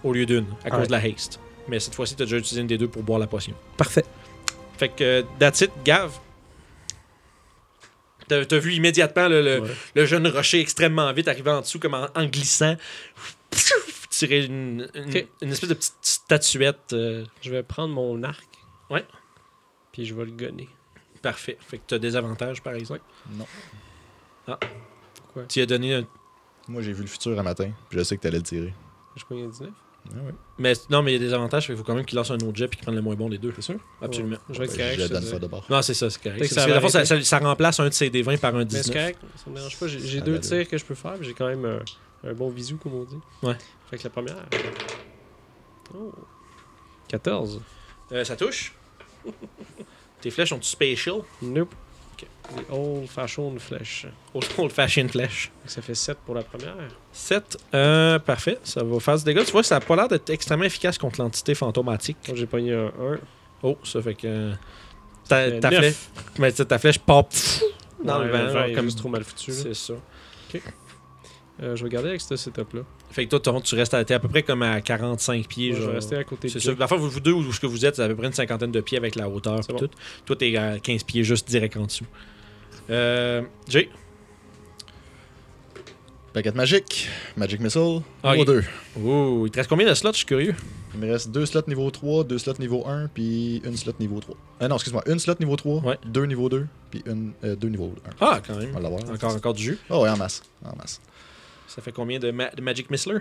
[SPEAKER 1] au lieu d'une à
[SPEAKER 2] Ah
[SPEAKER 1] cause
[SPEAKER 2] ouais.
[SPEAKER 1] de la haste. Mais cette fois-ci, t'as déjà utilisé une des deux pour boire la potion.
[SPEAKER 2] Parfait.
[SPEAKER 1] Fait que, euh, that's it, Gav. T'as t'as vu immédiatement le, le-
[SPEAKER 3] Ouais.
[SPEAKER 1] le jeune rocher extrêmement vite arriver en dessous, comme en, en glissant, tirer une, une-
[SPEAKER 3] Ok.
[SPEAKER 1] une espèce de petite statuette. euh,
[SPEAKER 3] Je vais prendre mon arc.
[SPEAKER 1] Ouais.
[SPEAKER 3] Puis je vais le gonner.
[SPEAKER 1] parfait. Fait que t'as des avantages, par exemple.
[SPEAKER 4] Non.
[SPEAKER 3] Pourquoi
[SPEAKER 1] Tu y as donné un.
[SPEAKER 4] Moi, j'ai vu le futur un matin, puis je sais que t'allais le tirer.
[SPEAKER 3] Je prends un 19.
[SPEAKER 4] Ah ouais.
[SPEAKER 1] Mais, non, mais il y a des avantages, fait qu'il faut quand même qu'il lance un autre jet puis qu'il prenne le moins bon des deux.
[SPEAKER 4] C'est sûr?
[SPEAKER 1] Absolument.
[SPEAKER 3] Je vais être
[SPEAKER 4] Ben,
[SPEAKER 3] correct.
[SPEAKER 4] je
[SPEAKER 3] je
[SPEAKER 4] le
[SPEAKER 3] te
[SPEAKER 4] donne
[SPEAKER 3] dirais.
[SPEAKER 4] pas d'abord.
[SPEAKER 1] Non, c'est ça, c'est
[SPEAKER 3] Fait
[SPEAKER 1] correct. Parce
[SPEAKER 3] que ça
[SPEAKER 1] que dans le
[SPEAKER 3] va
[SPEAKER 1] fond, ça,
[SPEAKER 3] arrêter.
[SPEAKER 1] ça- ça remplace un de ses D20 par un
[SPEAKER 3] Mais c'est
[SPEAKER 1] 19.
[SPEAKER 3] correct, ça me dérange pas. J'ai j'ai
[SPEAKER 4] Ça
[SPEAKER 3] deux
[SPEAKER 4] va
[SPEAKER 3] tirs que je peux faire, puis j'ai quand même un, un bon visu, comme on dit.
[SPEAKER 1] Ouais.
[SPEAKER 3] Fait que la première. euh, Oh. 14.
[SPEAKER 1] Euh, ça touche. (laughs) Tes flèches sont-tu spatial?
[SPEAKER 3] Nope. Des old fashioned flèches.
[SPEAKER 1] (laughs) Old fashioned flèche.
[SPEAKER 3] Donc Ça fait 7 pour la première.
[SPEAKER 1] 7. parfait. Ça va faire du dégât. Tu vois, ça a pas l'air d'être extrêmement efficace contre l'entité fantomatique.
[SPEAKER 3] Moi, j'ai pogné un 1.
[SPEAKER 1] Oh, ça fait que. euh, Ta,
[SPEAKER 3] fait
[SPEAKER 1] ta
[SPEAKER 3] neuf.
[SPEAKER 1] flèche, mais tu sais, ta flèche pop pff, dans le vent. genre,
[SPEAKER 3] comme
[SPEAKER 1] comme
[SPEAKER 3] trop mal foutu. là.
[SPEAKER 1] C'est ça.
[SPEAKER 3] Euh, je vais garder avec ce setup-là.
[SPEAKER 1] Fait que toi, ton- tu restes à, t'es à peu près comme à 45 pieds.
[SPEAKER 3] Moi, je
[SPEAKER 1] genre.
[SPEAKER 3] vais rester à côté de
[SPEAKER 1] C'est
[SPEAKER 3] lui.
[SPEAKER 1] ça. La fois, vous, vous deux, où ce que vous êtes, c'est à peu près une cinquantaine de pieds avec la hauteur.
[SPEAKER 3] C'est
[SPEAKER 1] pis
[SPEAKER 3] bon.
[SPEAKER 1] tout. Toi, t'es à 15 pieds juste direct en dessous. Euh, Jay,
[SPEAKER 4] Paquette magique, Magic Missile,
[SPEAKER 1] Ah,
[SPEAKER 4] niveau
[SPEAKER 1] il-
[SPEAKER 4] 2.
[SPEAKER 1] Ouh, il te reste combien de slots Je suis curieux.
[SPEAKER 4] Il me reste deux slots niveau 3, deux slots niveau 1, puis une slot niveau 3. Ah non, excuse-moi, une slot niveau 3,
[SPEAKER 1] Ouais.
[SPEAKER 4] deux niveau 2, puis une, euh, deux niveau 1.
[SPEAKER 1] Ah, quand même.
[SPEAKER 4] On va l'avoir.
[SPEAKER 1] Encore, encore du jus.
[SPEAKER 4] Oh, ouais, en masse. En masse.
[SPEAKER 1] Ça fait combien de, ma- de Magic Missler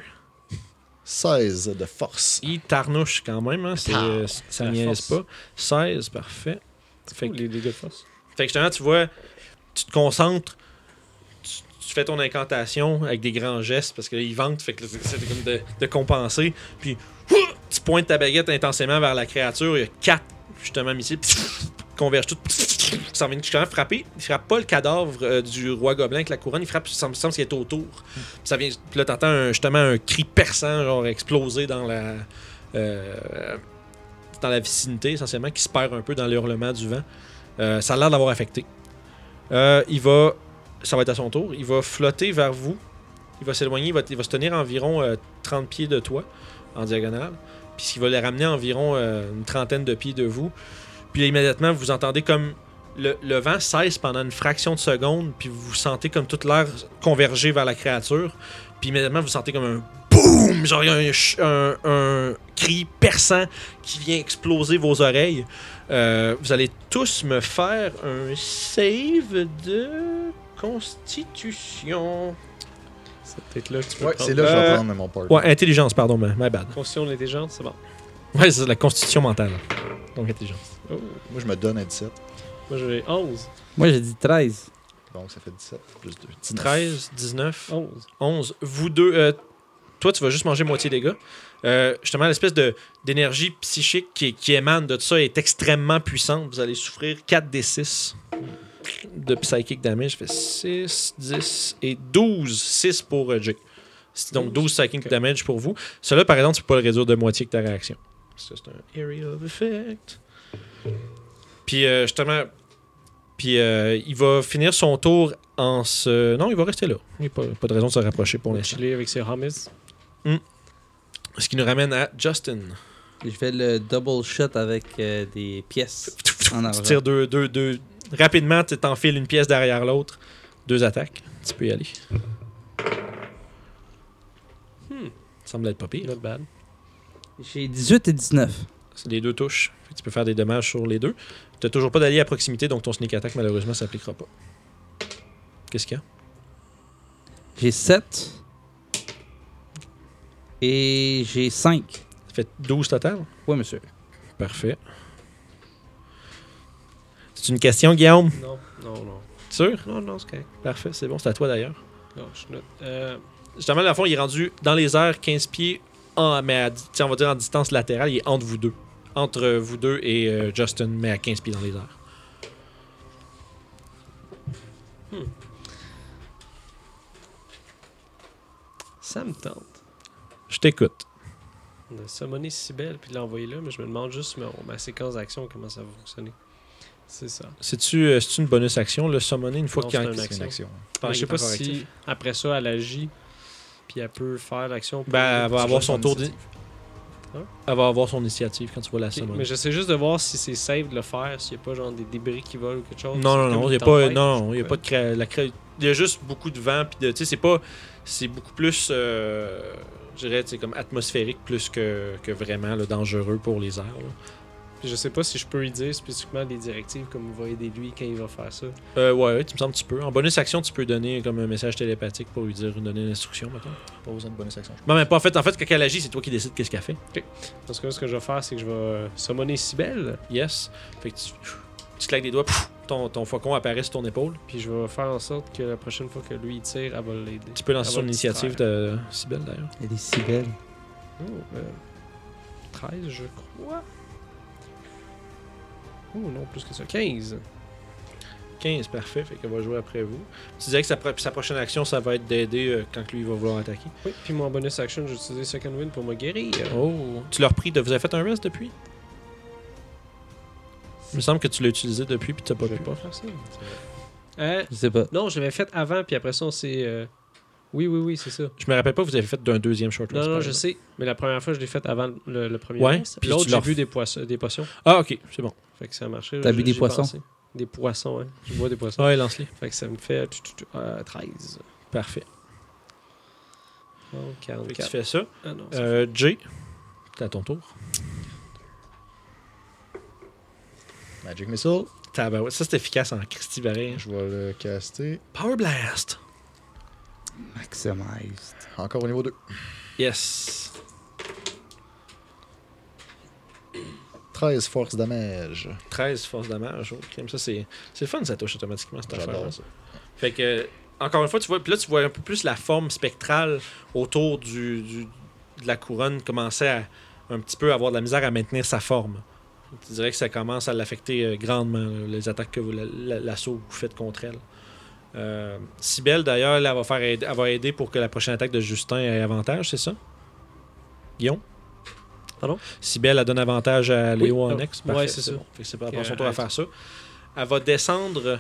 [SPEAKER 4] 16 de force.
[SPEAKER 1] Il tarnouche quand même. Hein. c'est-
[SPEAKER 4] Pow!
[SPEAKER 1] ça
[SPEAKER 3] La
[SPEAKER 1] niaise
[SPEAKER 3] force.
[SPEAKER 1] pas. 16, parfait. Fait
[SPEAKER 3] Fait
[SPEAKER 1] que-
[SPEAKER 3] les dégâts de force.
[SPEAKER 1] Fait que justement, tu vois, tu te concentres, tu, tu fais ton incantation avec des grands gestes parce qu'ils ventent, fait que là, c'est- c'est comme de, de compenser. Puis tu pointes ta baguette intensément vers la créature, il y a quatre justement missiles qui convergent tout. Ça vient justement frapper. Il frappe pas le cadavre euh, du roi gobelin avec la couronne, il frappe, ça me semble qu'il est autour. Puis ça vient, puis là, t'entends un- justement un cri perçant, genre explosé dans la. euh, dans la vicinité, essentiellement, qui se perd un peu dans l'hurlement du vent. Euh, ça a l'air d'avoir affecté. Euh, il va. Ça va être à son tour. Il va flotter vers vous. Il va s'éloigner. Il va, il va se tenir environ euh, 30 pieds de toi en diagonale. Puis il va les ramener environ euh, une trentaine de pieds de vous. Puis immédiatement, vous entendez comme le, le vent cesse pendant une fraction de seconde. Puis vous sentez comme toute l'air converger vers la créature. Puis immédiatement, vous sentez comme un boum Genre il y a un ch- un- un cri perçant qui vient exploser vos oreilles. Euh, vous allez tous me faire un save de constitution.
[SPEAKER 3] C'est peut-être là que tu peux
[SPEAKER 4] Ouais,
[SPEAKER 3] prendre.
[SPEAKER 4] c'est là que je vais
[SPEAKER 1] Euh,
[SPEAKER 4] prendre mon part.
[SPEAKER 1] Ouais, intelligence, pardon, ma- my bad.
[SPEAKER 3] Constitution de l'intelligence, c'est bon.
[SPEAKER 1] Ouais, c'est la constitution mentale. Donc intelligence.
[SPEAKER 3] Oh.
[SPEAKER 4] Moi, je me donne à 17.
[SPEAKER 3] Moi, j'ai 11.
[SPEAKER 2] Moi, j'ai dit 13.
[SPEAKER 4] Donc, ça fait 17 plus 2.
[SPEAKER 1] 13, 19,
[SPEAKER 3] 11.
[SPEAKER 1] 11. Vous deux, euh, Toi, tu vas juste manger moitié dégâts. Euh, justement, l'espèce de- d'énergie psychique qui, qui émane de tout ça est extrêmement puissante. Vous allez souffrir 4 des 6 de psychic damage. Ça fait 6, 10 et 12. 6 pour euh, Jay. C'est Donc 12 psychic damage pour vous. Cela, par exemple, tu peux pas le réduire de moitié que ta réaction. Ça, c'est un area of effect. Puis euh, justement, puis euh, il va finir son tour en se. Non, il va rester là. Il n'y a pas, pas de raison de se rapprocher pour l'instant.
[SPEAKER 3] Chiller avec ses hummus.
[SPEAKER 1] Ce qui nous ramène à Justin.
[SPEAKER 2] Je fais le double shot avec euh, des
[SPEAKER 1] (laughs)
[SPEAKER 2] pièces en
[SPEAKER 1] Tu
[SPEAKER 2] argent.
[SPEAKER 1] tires deux, deux, deux. Rapidement, tu t'enfiles une pièce derrière l'autre. Deux attaques. Tu peux y aller. Hmm. Semble être pas pire.
[SPEAKER 3] Not bad.
[SPEAKER 2] J'ai 18 et 19.
[SPEAKER 1] C'est les deux touches. Fait que Tu peux faire des dommages sur les deux. Tu toujours pas d'allié à proximité, donc ton sneak attack, malheureusement, s'appliquera pas. Qu'est-ce qu'il y a
[SPEAKER 2] J'ai 7. Et j'ai 5.
[SPEAKER 1] Ça fait 12 total.
[SPEAKER 2] Oui, monsieur.
[SPEAKER 1] Parfait. C'est une question, Guillaume
[SPEAKER 3] Non, non, non.
[SPEAKER 1] Sûr
[SPEAKER 3] Non, non, c'est correct.
[SPEAKER 1] Parfait, c'est bon, c'est à toi d'ailleurs.
[SPEAKER 3] Non, je note. Euh,
[SPEAKER 1] Justement, dans le fond, il est rendu dans les airs 15 pieds, en, mais à, tu sais, on va dire en distance latérale, il est entre vous deux. Entre vous deux et euh, Justin, mais à 15 pieds dans les airs.
[SPEAKER 3] ça me tente
[SPEAKER 1] Je t'écoute.
[SPEAKER 3] de summoner Cybelle puis de l'envoyer là, mais je me demande juste ma, ma séquence d'action, comment ça va fonctionner. C'est ça.
[SPEAKER 1] C'est-tu euh, c'est-tu une bonus action, le summoner, une fois
[SPEAKER 3] Non,
[SPEAKER 1] qu'il
[SPEAKER 3] c'est
[SPEAKER 1] en-
[SPEAKER 3] un
[SPEAKER 1] qu'il-
[SPEAKER 4] C'est une action.
[SPEAKER 1] pendant
[SPEAKER 3] je
[SPEAKER 1] qu'il
[SPEAKER 3] sais
[SPEAKER 1] Ah, est
[SPEAKER 3] pas
[SPEAKER 1] encore
[SPEAKER 3] si
[SPEAKER 1] actif?
[SPEAKER 3] après ça, elle agit, puis elle peut faire l'action. pour-
[SPEAKER 1] Ben, elle va avoir son tour.
[SPEAKER 4] d'initiative.
[SPEAKER 1] d'i- Elle va avoir son initiative quand tu vas la
[SPEAKER 3] Hein? Ok,
[SPEAKER 1] summoner.
[SPEAKER 3] mais j'essaie juste de voir si c'est safe de le faire, s'il n'y a pas genre des débris qui volent ou quelque chose.
[SPEAKER 1] Non, non,
[SPEAKER 3] C'est comme
[SPEAKER 1] non, il
[SPEAKER 3] une
[SPEAKER 1] y a pas,
[SPEAKER 3] tempête,
[SPEAKER 1] non,
[SPEAKER 3] je sais
[SPEAKER 1] il y a pas de cré- la cré- il y a juste beaucoup de vent puis de, tu sais, c'est pas, c'est beaucoup plus, euh, je dirais, c'est comme atmosphérique plus que, que vraiment le dangereux pour les airs. là.
[SPEAKER 3] Puis je sais pas si je peux lui dire spécifiquement des directives comme il va aider lui quand il va faire ça.
[SPEAKER 1] Euh, ouais, ouais, tu me sembles tu peux. En bonus action, tu peux donner comme un message télépathique pour lui dire, donner une instruction, maintenant.
[SPEAKER 4] Pas besoin de bonus action.
[SPEAKER 1] Non, mais pas en fait, en fait, quand elle agit, c'est toi qui décides qu'est-ce qu'elle fait.
[SPEAKER 3] Parce que là, ce que je vais faire, c'est que je vais euh, summoner Cybelle,
[SPEAKER 1] Yes. Fait que tu, tu claques des doigts, pff, ton, ton faucon apparaît sur ton épaule.
[SPEAKER 3] puis je vais faire en sorte que la prochaine fois que lui il tire, elle va l'aider.
[SPEAKER 1] Tu peux lancer
[SPEAKER 3] Elle
[SPEAKER 1] son
[SPEAKER 3] va le
[SPEAKER 1] initiative de Sybelle d'ailleurs.
[SPEAKER 2] Elle est si belle.
[SPEAKER 3] Oh, euh, 13, je crois. Oh non, plus que ça. 15.
[SPEAKER 1] 15, parfait. Fait qu'elle va jouer après vous. Tu disais que sa, pro- sa prochaine action, ça va être d'aider euh, quand lui il va vouloir attaquer.
[SPEAKER 3] Oui, puis mon bonus action, j'ai utilisé Second Wind pour me guérir.
[SPEAKER 1] Oh. Tu l'as repris. De... Vous avez fait un rest depuis Il me semble que tu l'as utilisé depuis puis t'as pas
[SPEAKER 3] je
[SPEAKER 1] pu.
[SPEAKER 3] vais pas faire ça. Hein?
[SPEAKER 2] Je sais pas.
[SPEAKER 3] Non, je l'avais fait avant, puis après ça, on s'est. euh, Oui, oui, oui, c'est ça.
[SPEAKER 1] Je me rappelle pas, vous avez fait d'un deuxième short
[SPEAKER 3] Non,
[SPEAKER 1] rest,
[SPEAKER 3] non,
[SPEAKER 1] par
[SPEAKER 3] je
[SPEAKER 1] exemple.
[SPEAKER 3] sais. Mais la première fois, je l'ai faite avant le, le premier.
[SPEAKER 1] Ouais,
[SPEAKER 3] reste.
[SPEAKER 1] puis
[SPEAKER 3] L'autre,
[SPEAKER 1] tu
[SPEAKER 3] j'ai
[SPEAKER 1] leur-
[SPEAKER 3] bu des, poissons- des potions.
[SPEAKER 1] Ah, ok, c'est bon.
[SPEAKER 3] Fait que ça a marché.
[SPEAKER 2] T'as
[SPEAKER 3] je-
[SPEAKER 2] bu des
[SPEAKER 3] j'y
[SPEAKER 2] poissons?
[SPEAKER 3] pensais. Des poissons, hein. Je bois des poissons.
[SPEAKER 1] Ouais, lance-les.
[SPEAKER 3] Fait que ça me fait tu, tu, tu, euh, 13.
[SPEAKER 1] Parfait. Fait
[SPEAKER 3] Oh,
[SPEAKER 1] que tu
[SPEAKER 3] 44.
[SPEAKER 1] fais ça.
[SPEAKER 3] Ah non, ça
[SPEAKER 1] Euh, Jay, t'as ton tour.
[SPEAKER 4] Magic Missile.
[SPEAKER 1] Tabarouette. Ça, c'est efficace en Christy Barret.
[SPEAKER 4] Je vais le caster.
[SPEAKER 1] Power Blast.
[SPEAKER 2] Maximized.
[SPEAKER 4] Encore au niveau 2.
[SPEAKER 1] Yes.
[SPEAKER 4] 13 force damage.
[SPEAKER 1] 13 force damage. Oh, crime. Ça, c'est c'est le fun, ça touche automatiquement cette
[SPEAKER 4] J'adore
[SPEAKER 1] affaire
[SPEAKER 4] ça.
[SPEAKER 1] Fait que, encore une fois, tu vois, puis là, tu vois un peu plus la forme spectrale autour du, du- de la couronne commencer à un petit peu avoir de la misère à maintenir sa forme. Tu dirais que ça commence à l'affecter euh, grandement, là, les attaques que vous, la- la- l'assaut que vous faites contre elle. Euh, Cybèle, d'ailleurs, elle, elle va faire aide- elle va aider pour que la prochaine attaque de Justin ait avantage, c'est ça? Guillaume?
[SPEAKER 3] Pardon?
[SPEAKER 1] Cybèle, elle donne avantage à
[SPEAKER 3] Oui,
[SPEAKER 1] Léo
[SPEAKER 3] ah,
[SPEAKER 1] en ex.
[SPEAKER 3] ouais,
[SPEAKER 1] Parfait,
[SPEAKER 3] c'est ça.
[SPEAKER 1] bon. Fait que c'est pas
[SPEAKER 3] Fait
[SPEAKER 1] après
[SPEAKER 3] que,
[SPEAKER 1] son tour à
[SPEAKER 3] elle-
[SPEAKER 1] faire ça. Elle va descendre.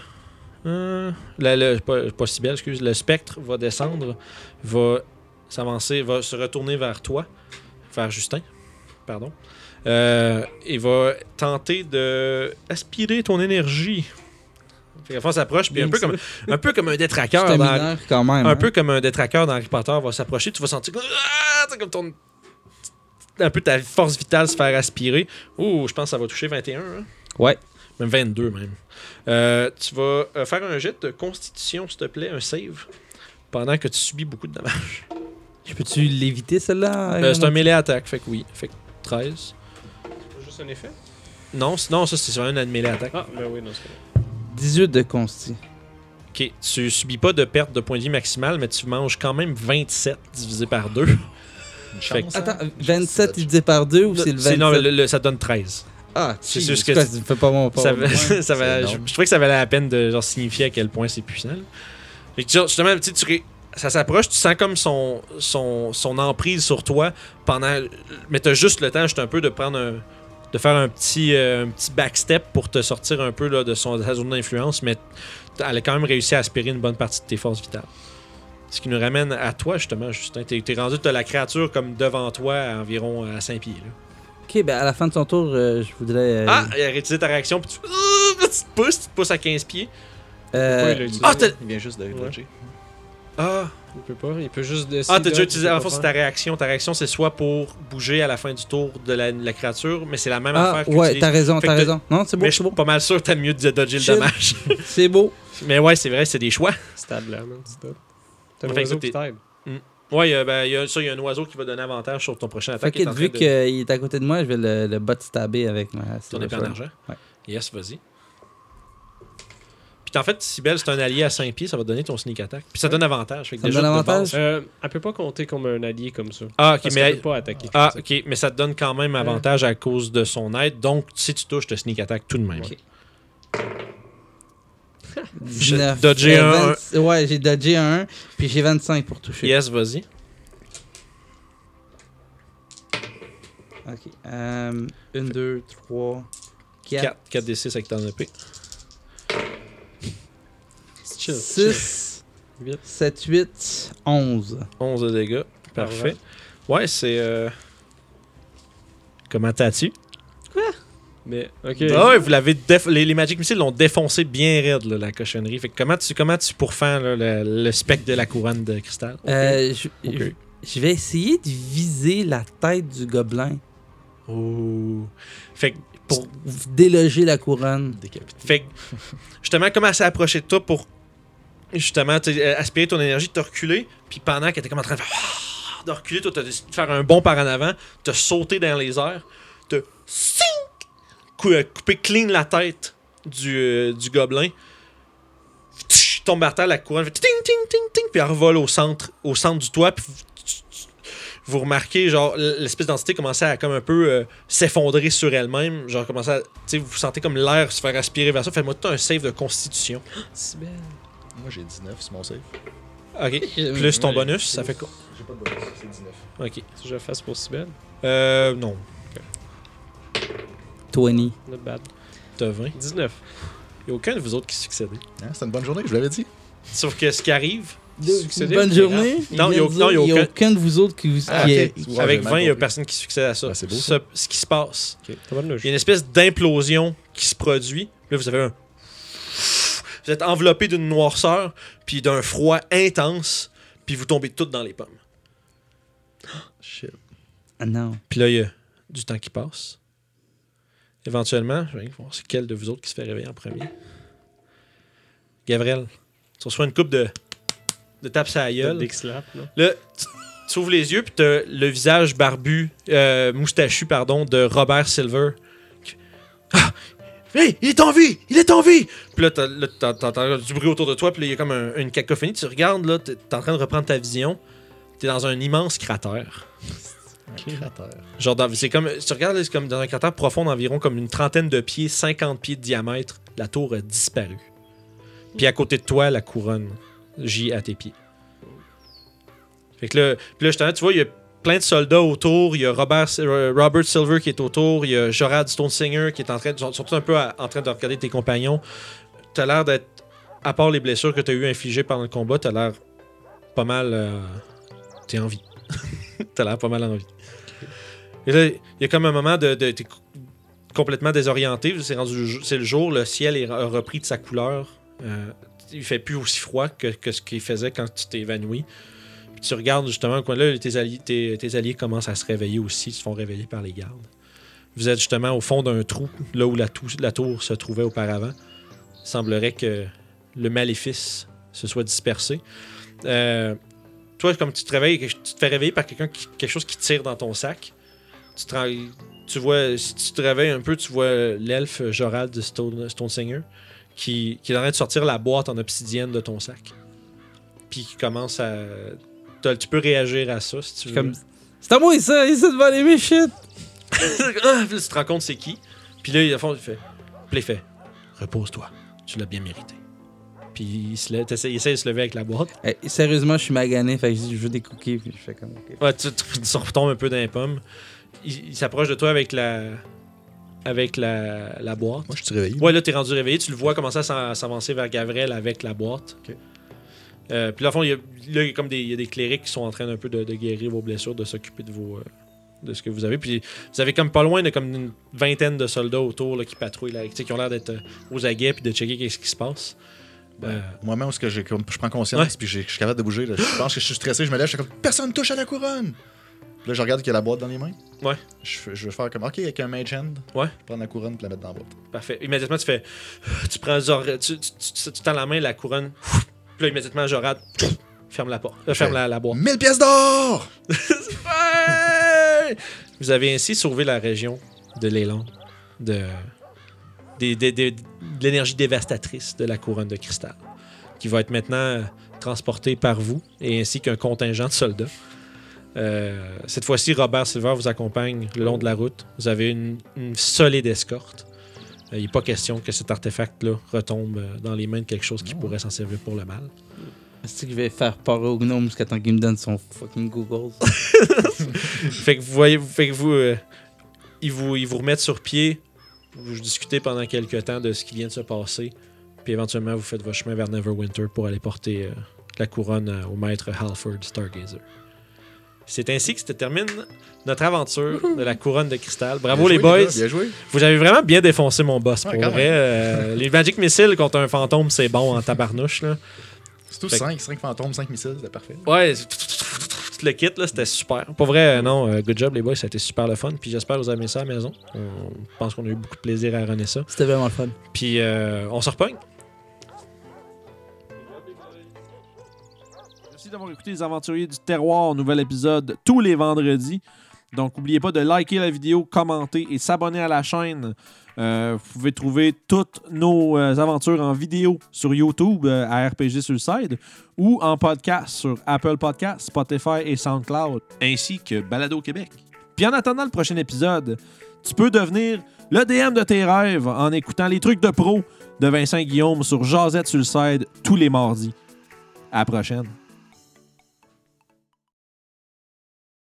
[SPEAKER 1] euh, la- le, pas, pas Cybèle, excuse. Le spectre va descendre, va s'avancer, va se retourner vers toi, vers Justin, pardon. Euh, et va tenter de aspirer ton énergie. Fait qu'à force s'approche, puis un peu, comme, un peu comme un détraqueur
[SPEAKER 2] J'étais
[SPEAKER 1] dans-
[SPEAKER 2] mineur quand même.
[SPEAKER 1] un
[SPEAKER 2] hein.
[SPEAKER 1] peu comme un détraqueur dans Harry Potter va s'approcher, tu vas sentir comme, Ah! T'as comme ton un peu ta force vitale se faire aspirer. Ouh, je pense que ça va toucher 21. hein?
[SPEAKER 2] Ouais.
[SPEAKER 1] Même 22 même. Euh, tu vas euh, faire un jet de constitution, s'il te plaît, un save, pendant que tu subis beaucoup de dommages.
[SPEAKER 2] Je peux-tu l'éviter celle-là
[SPEAKER 1] Euh, c'est un melee attaque, fait que oui. Fait que 13.
[SPEAKER 3] fait juste un effet.
[SPEAKER 1] Non, c- non ça c'est vraiment une melee attaque.
[SPEAKER 3] Ah, ben oui, non,
[SPEAKER 1] Euh,
[SPEAKER 3] c'est correct.
[SPEAKER 2] 18 de consti.
[SPEAKER 1] Ok, tu subis pas de perte de points de vie maximale, mais tu manges quand même 27 divisé par 2.
[SPEAKER 4] Une
[SPEAKER 1] Fait
[SPEAKER 4] chance.
[SPEAKER 2] Attends, euh,
[SPEAKER 4] hein?
[SPEAKER 2] 27 divisé par 2 ou c'est le 27?
[SPEAKER 1] C'est- Non, le- le- ça donne 13.
[SPEAKER 2] Ah,
[SPEAKER 1] c'est
[SPEAKER 2] Jesus
[SPEAKER 1] juste que
[SPEAKER 2] Christ, fais pas mon
[SPEAKER 1] ça,
[SPEAKER 2] pauvre.
[SPEAKER 1] va- (laughs) ça va-
[SPEAKER 4] c'est
[SPEAKER 1] je,
[SPEAKER 4] énorme.
[SPEAKER 1] je trouvais que ça valait la peine de genre, signifier à quel point c'est puissant. là. Fait que, genre, justement, tu sais, tu ré- ça s'approche, tu sens comme son, son, son emprise sur toi pendant. Mais t'as juste le temps, juste un peu, de prendre un. de faire un petit, euh, un petit backstep pour te sortir un peu là, de, son, de sa zone d'influence, mais t- elle a quand même réussi à aspirer une bonne partie de tes forces vitales. Ce qui nous ramène à toi, justement, Justin. T'es t'es rendu, t'as la créature comme devant toi, à environ à 5 pieds. là.
[SPEAKER 2] Ok, ben à la fin de son tour, euh, je voudrais. euh,
[SPEAKER 1] Ah, elle a réutilisé ta réaction, puis tu, (laughs) tu te pousses, tu te pousses à 15 pieds.
[SPEAKER 2] euh,
[SPEAKER 3] il,
[SPEAKER 1] Ah,
[SPEAKER 3] ah,
[SPEAKER 1] t'as-
[SPEAKER 4] Il vient juste de dodger.
[SPEAKER 1] Ah,
[SPEAKER 3] il peut pas. Il peut juste décider.
[SPEAKER 1] ah t'as déjà
[SPEAKER 3] de-
[SPEAKER 1] utilisé. En fait,
[SPEAKER 3] pas
[SPEAKER 1] c'est
[SPEAKER 3] faire.
[SPEAKER 1] ta réaction. Ta réaction, c'est soit pour bouger à la fin du tour de la, la créature, mais c'est la même
[SPEAKER 2] ah,
[SPEAKER 1] affaire que
[SPEAKER 2] ouais,
[SPEAKER 1] tu
[SPEAKER 2] t'as raison,
[SPEAKER 1] Fait
[SPEAKER 2] t'as
[SPEAKER 1] que
[SPEAKER 2] raison. Non, c'est beau,
[SPEAKER 1] Mais je
[SPEAKER 2] c'est
[SPEAKER 1] suis
[SPEAKER 2] beau.
[SPEAKER 1] pas mal sûr que t'as mieux de dodger
[SPEAKER 2] Shit.
[SPEAKER 1] le dommage. (laughs)
[SPEAKER 2] C'est beau.
[SPEAKER 1] mais ouais, c'est vrai, c'est des choix.
[SPEAKER 3] Stab là, man. Stop. T'as
[SPEAKER 1] Fait
[SPEAKER 3] un
[SPEAKER 1] que
[SPEAKER 3] oiseau
[SPEAKER 1] t'es-
[SPEAKER 3] qui t'aide.
[SPEAKER 1] Ouais, il y a- ben, il y a, ça, il y a un oiseau qui va donner avantage sur ton prochain
[SPEAKER 2] Fait
[SPEAKER 1] attaque.
[SPEAKER 2] que vu qu'il est à côté de moi, je vais le, le bot stabber avec ma.
[SPEAKER 1] Ton épée en argent.
[SPEAKER 2] Ouais.
[SPEAKER 1] Yes, vas-y. Puis en fait, Sibel, c'est un allié à 5 pieds, ça va te donner ton sneak attack. Puis ça donne avantage. Fait que
[SPEAKER 2] Ça me
[SPEAKER 1] déjà, de
[SPEAKER 2] donne
[SPEAKER 1] base-
[SPEAKER 2] avantage?
[SPEAKER 3] Euh, elle peut pas compter comme un allié comme ça.
[SPEAKER 1] Ah, ok,
[SPEAKER 3] Parce
[SPEAKER 1] mais
[SPEAKER 3] qu'elle peut pas attaquer.
[SPEAKER 1] Ah,
[SPEAKER 3] comme ça.
[SPEAKER 1] ok, mais ça te donne quand même avantage à cause de son aide. Donc, si tu touches, te sneak attack tout de même.
[SPEAKER 3] Ok.
[SPEAKER 1] J'ai dodgé un-
[SPEAKER 2] Ouais, j'ai dodgé un, puis j'ai 25 pour toucher.
[SPEAKER 1] Yes, vas-y.
[SPEAKER 2] Ok. Euh, une, deux, trois, quatre,
[SPEAKER 1] 4, 4 d 6 avec ton EP. Ah,
[SPEAKER 3] C'est chill.
[SPEAKER 2] six,
[SPEAKER 3] Huit.
[SPEAKER 2] sept, huit, onze.
[SPEAKER 1] 11 de dégâts. Parfait. Ouais, c'est. euh, Comment t'as-tu?
[SPEAKER 3] Mais, ok.
[SPEAKER 1] Ah ouais, vous l'avez déf- les, les Magic Missiles l'ont défoncé bien raide, là, la cochonnerie. Fait que comment tu, comment tu pourfends là, le, le spectre de la couronne de cristal?
[SPEAKER 2] Euh, je,
[SPEAKER 1] Ok.
[SPEAKER 2] je- je vais essayer de viser la tête du gobelin
[SPEAKER 1] Ouh. Oh. Fait que
[SPEAKER 2] pour déloger la couronne.
[SPEAKER 1] Fait que, justement, comment elle s'est approchée de toi pour justement tu sais, euh, aspirer ton énergie, te reculer, puis pendant qu'elle était comme en train de faire Ah de reculer, toi, t'as décidé de faire un bond par en avant, te sauter dans les airs, te sink, cou- euh, couper clean la tête du, euh, du gobelin, Tch, tombe à terre, la couronne fait ting, ting, ting, ting, puis elle revole au centre, au centre du toit, puis vous- tu- tu- vous remarquez, genre, l'espèce d'entité commençait à comme un peu euh, s'effondrer sur elle-même. Genre, commençait à. Tu sais, vous sentez comme l'air se faire aspirer vers ça. Faites-moi tout un save de constitution.
[SPEAKER 3] C'est belle.
[SPEAKER 4] Moi, j'ai 19, c'est mon save.
[SPEAKER 1] Ok. Plus ton
[SPEAKER 4] Ouais.
[SPEAKER 1] bonus, ça fait quoi
[SPEAKER 4] J'ai pas de bonus, c'est 19.
[SPEAKER 1] Ok.
[SPEAKER 3] Tu veux que je le fasse pour Sibel.
[SPEAKER 1] Euh. Non.
[SPEAKER 2] 20.
[SPEAKER 3] Not bad.
[SPEAKER 1] T'as 20. Il
[SPEAKER 3] 19.
[SPEAKER 1] n'y a aucun de vous autres qui succédait.
[SPEAKER 4] Hein, c'est une bonne journée, je vous l'avais dit.
[SPEAKER 1] Sauf que ce qui arrive,
[SPEAKER 3] Succédé,
[SPEAKER 2] Bonne
[SPEAKER 3] mais
[SPEAKER 2] journée.
[SPEAKER 1] Non,
[SPEAKER 2] Il
[SPEAKER 1] y a
[SPEAKER 2] vient de
[SPEAKER 1] aucun-
[SPEAKER 2] dire,
[SPEAKER 1] y a
[SPEAKER 2] y a
[SPEAKER 1] aucun-
[SPEAKER 2] aucun de vous autres qui vous.
[SPEAKER 4] Ah,
[SPEAKER 2] qui
[SPEAKER 4] ok.
[SPEAKER 2] est-
[SPEAKER 4] Tu vois,
[SPEAKER 1] avec
[SPEAKER 4] j'ai
[SPEAKER 1] 20,
[SPEAKER 4] mal
[SPEAKER 1] il n'y a
[SPEAKER 4] compris.
[SPEAKER 1] personne qui succède à ça.
[SPEAKER 4] Ah, c'est beau,
[SPEAKER 1] Ce, ce qui se passe,
[SPEAKER 3] T'as bonne
[SPEAKER 1] il y a une espèce d'implosion qui se produit. Là, vous avez un. Vous êtes enveloppé d'une noirceur, puis d'un froid intense, puis vous tombez toutes dans les pommes.
[SPEAKER 4] Shit.
[SPEAKER 2] Ah non.
[SPEAKER 1] Puis là, il y a du temps qui passe. Éventuellement, je vais voir c'est quel de vous autres qui se fait réveiller en premier. Gabriel, tu reçois une coupe de, de tapes à la gueule.
[SPEAKER 3] slap, là.
[SPEAKER 1] Là, tu- tu ouvres les yeux, puis t'as le visage barbu, euh, moustachu, pardon, de Robert Silver. qui- Ah! Hey, il est en vie! Il est en vie! Puis là, t'as- là, t'en- t'entends du bruit autour de toi, puis là, il y a comme un- une cacophonie. Tu regardes, là, t'es t'es en train de reprendre ta vision. T'es dans un immense cratère.
[SPEAKER 4] Un cratère.
[SPEAKER 1] Genre, dans- c'est comme, tu regardes, là, c'est comme dans un cratère profond d'environ comme une trentaine de pieds, 50 pieds de diamètre. La tour a disparu. Puis à côté de toi, la couronne gît à tes pieds. Fait que là, puis là, justement, tu vois, il y a plein de soldats autour. Il y a Robert, euh, Robert Silver qui est autour. Il y a Jorad Stonesinger qui est en train de, sont, sont tous un peu à- en train de regarder tes compagnons. T'as l'air d'être, à part les blessures que t'as eu infligées pendant le combat, t'as l'air pas mal. euh, t'es en vie. (laughs) t'as l'air pas mal en vie. Et là, il y a comme un moment de. de t'es cou- complètement désorienté. C'est rendu le jour- c'est le jour, le ciel est- a repris de sa couleur. Euh, il fait plus aussi froid que, que ce qu'il faisait quand tu t'es évanoui. Puis tu regardes justement, quoi, là, tes alliés, tes, tes alliés commencent à se réveiller aussi. Ils se font réveiller par les gardes. Vous êtes justement au fond d'un trou, là où la, tou- la tour se trouvait auparavant. Il semblerait que le maléfice se soit dispersé. Euh, toi, comme tu te réveilles, tu te fais réveiller par quelqu'un qui- quelque chose qui tire dans ton sac tu, te ra- tu vois, si tu te réveilles un peu, tu vois l'elfe Jorald de Stone, Singer qui, qui est en train de sortir la boîte en obsidienne de ton sac. Puis qui commence à. t'as- Tu peux réagir à ça si tu veux.
[SPEAKER 2] Comme- C'est à moi, ça! Il s'est devant les mes shit!
[SPEAKER 1] Ah, puis là, tu te rends compte c'est qui. Puis là, il- à fond, il fait. Puis là, il fait. Repose-toi. Tu l'as bien mérité. Puis il, se lève- t'essaies- il essaie de se lever avec la boîte.
[SPEAKER 2] Eh, sérieusement, je suis magané, fait que je dis, je veux des cookies, puis je fais comme. ok.
[SPEAKER 1] Ouais, tu, tu, tu retombes un peu dans les pommes. Il, il s'approche de toi avec la. Avec la, la boîte.
[SPEAKER 4] Moi, je suis réveillé.
[SPEAKER 1] Ouais, là, t'es rendu réveillé. Tu le vois commencer à s'en- à s'avancer vers Gavrel avec la boîte.
[SPEAKER 4] Ok.
[SPEAKER 1] Euh, puis, là, au fond, il y a, là, il y a comme des, il y a des clérics qui sont en train un peu de, de guérir vos blessures, de s'occuper de vos. euh, de ce que vous avez. Puis vous avez comme pas loin de comme une vingtaine de soldats autour là, qui patrouillent, là, tu sais, qui ont l'air d'être euh, aux aguets puis de checker qu'est-ce qui se passe. Euh,
[SPEAKER 4] Moi-même, où ce que j'ai comme- je prends conscience,
[SPEAKER 1] Ouais.
[SPEAKER 4] puis j'ai- je suis capable de bouger. là. Je pense que je suis stressé, je me lève, je suis comme personne touche à la couronne. Puis là, je regarde qu'il y a la boîte dans les mains.
[SPEAKER 1] Ouais.
[SPEAKER 4] Je, fais- je veux faire comme OK, avec un mage hand.
[SPEAKER 1] Ouais.
[SPEAKER 4] Je prends la couronne et la mettre dans la boîte.
[SPEAKER 1] Parfait. Immédiatement, tu fais. (sighs) Tu prends Zor- tu, tu, tu- tu tends la main, la couronne. Puis là, immédiatement, Jorad ferme la porte. euh, ferme la, la boîte.
[SPEAKER 4] 1000 pièces d'or
[SPEAKER 1] Ouais! Vous avez ainsi sauvé la région de l'élan, de, des- des- des- de l'énergie dévastatrice de la couronne de cristal, qui va être maintenant euh, transportée par vous et ainsi qu'un contingent de soldats. Euh, cette fois-ci, Robert Silver vous accompagne le long de la route. Vous avez une, une solide escorte. Euh, Il n'est pas question que cet artefact-là retombe euh, dans les mains de quelque chose qui pourrait s'en servir pour le mal.
[SPEAKER 2] Est-ce que je vais faire peur au gnome jusqu'à temps qu'il me donne son fucking Google?
[SPEAKER 1] fait que vous voyez, fait que vous, euh, ils vous, ils vous remettent sur pied. Vous discutez pendant quelques temps de ce qui vient de se passer. Puis éventuellement, vous faites votre chemin vers Neverwinter pour aller porter euh, la couronne euh, au maître Halford Stargazer. C'est ainsi que se termine notre aventure de la couronne de cristal. Bravo
[SPEAKER 4] Bien
[SPEAKER 1] les
[SPEAKER 4] joué,
[SPEAKER 1] boys!
[SPEAKER 4] gars, Bien joué.
[SPEAKER 1] Vous avez vraiment bien défoncé mon boss
[SPEAKER 4] Ouais,
[SPEAKER 1] pour
[SPEAKER 4] quand
[SPEAKER 1] vrai. Euh, les Magic Missiles contre un fantôme, c'est bon en tabarnouche. Là.
[SPEAKER 4] C'est tout
[SPEAKER 1] Fait que-
[SPEAKER 4] 5, 5 fantômes, 5 missiles, c'est parfait.
[SPEAKER 1] Ouais, c'est- tout le kit, là, c'était super. Pour vrai, euh, non, euh, good job, les boys, ça a été super le fun. Puis j'espère que vous avez aimé ça à la maison. On pense qu'on a eu beaucoup de plaisir à runner ça.
[SPEAKER 2] (laughs) C'était vraiment le fun.
[SPEAKER 1] Puis euh, on se repogne.
[SPEAKER 6] Merci d'avoir écouté Les Aventuriers du Terroir, nouvel épisode tous les vendredis. Donc, n'oubliez pas de liker la vidéo, commenter et s'abonner à la chaîne. Euh, vous pouvez trouver toutes nos euh, aventures en vidéo sur YouTube euh, à RPG Suicide ou en podcast sur Apple Podcasts, Spotify et SoundCloud, ainsi que Balado Québec. Puis en attendant le prochain épisode, tu peux devenir le DM de tes rêves en écoutant les trucs de pro de Vincent Guillaume sur Jazette Suicide tous les mardis. À la prochaine.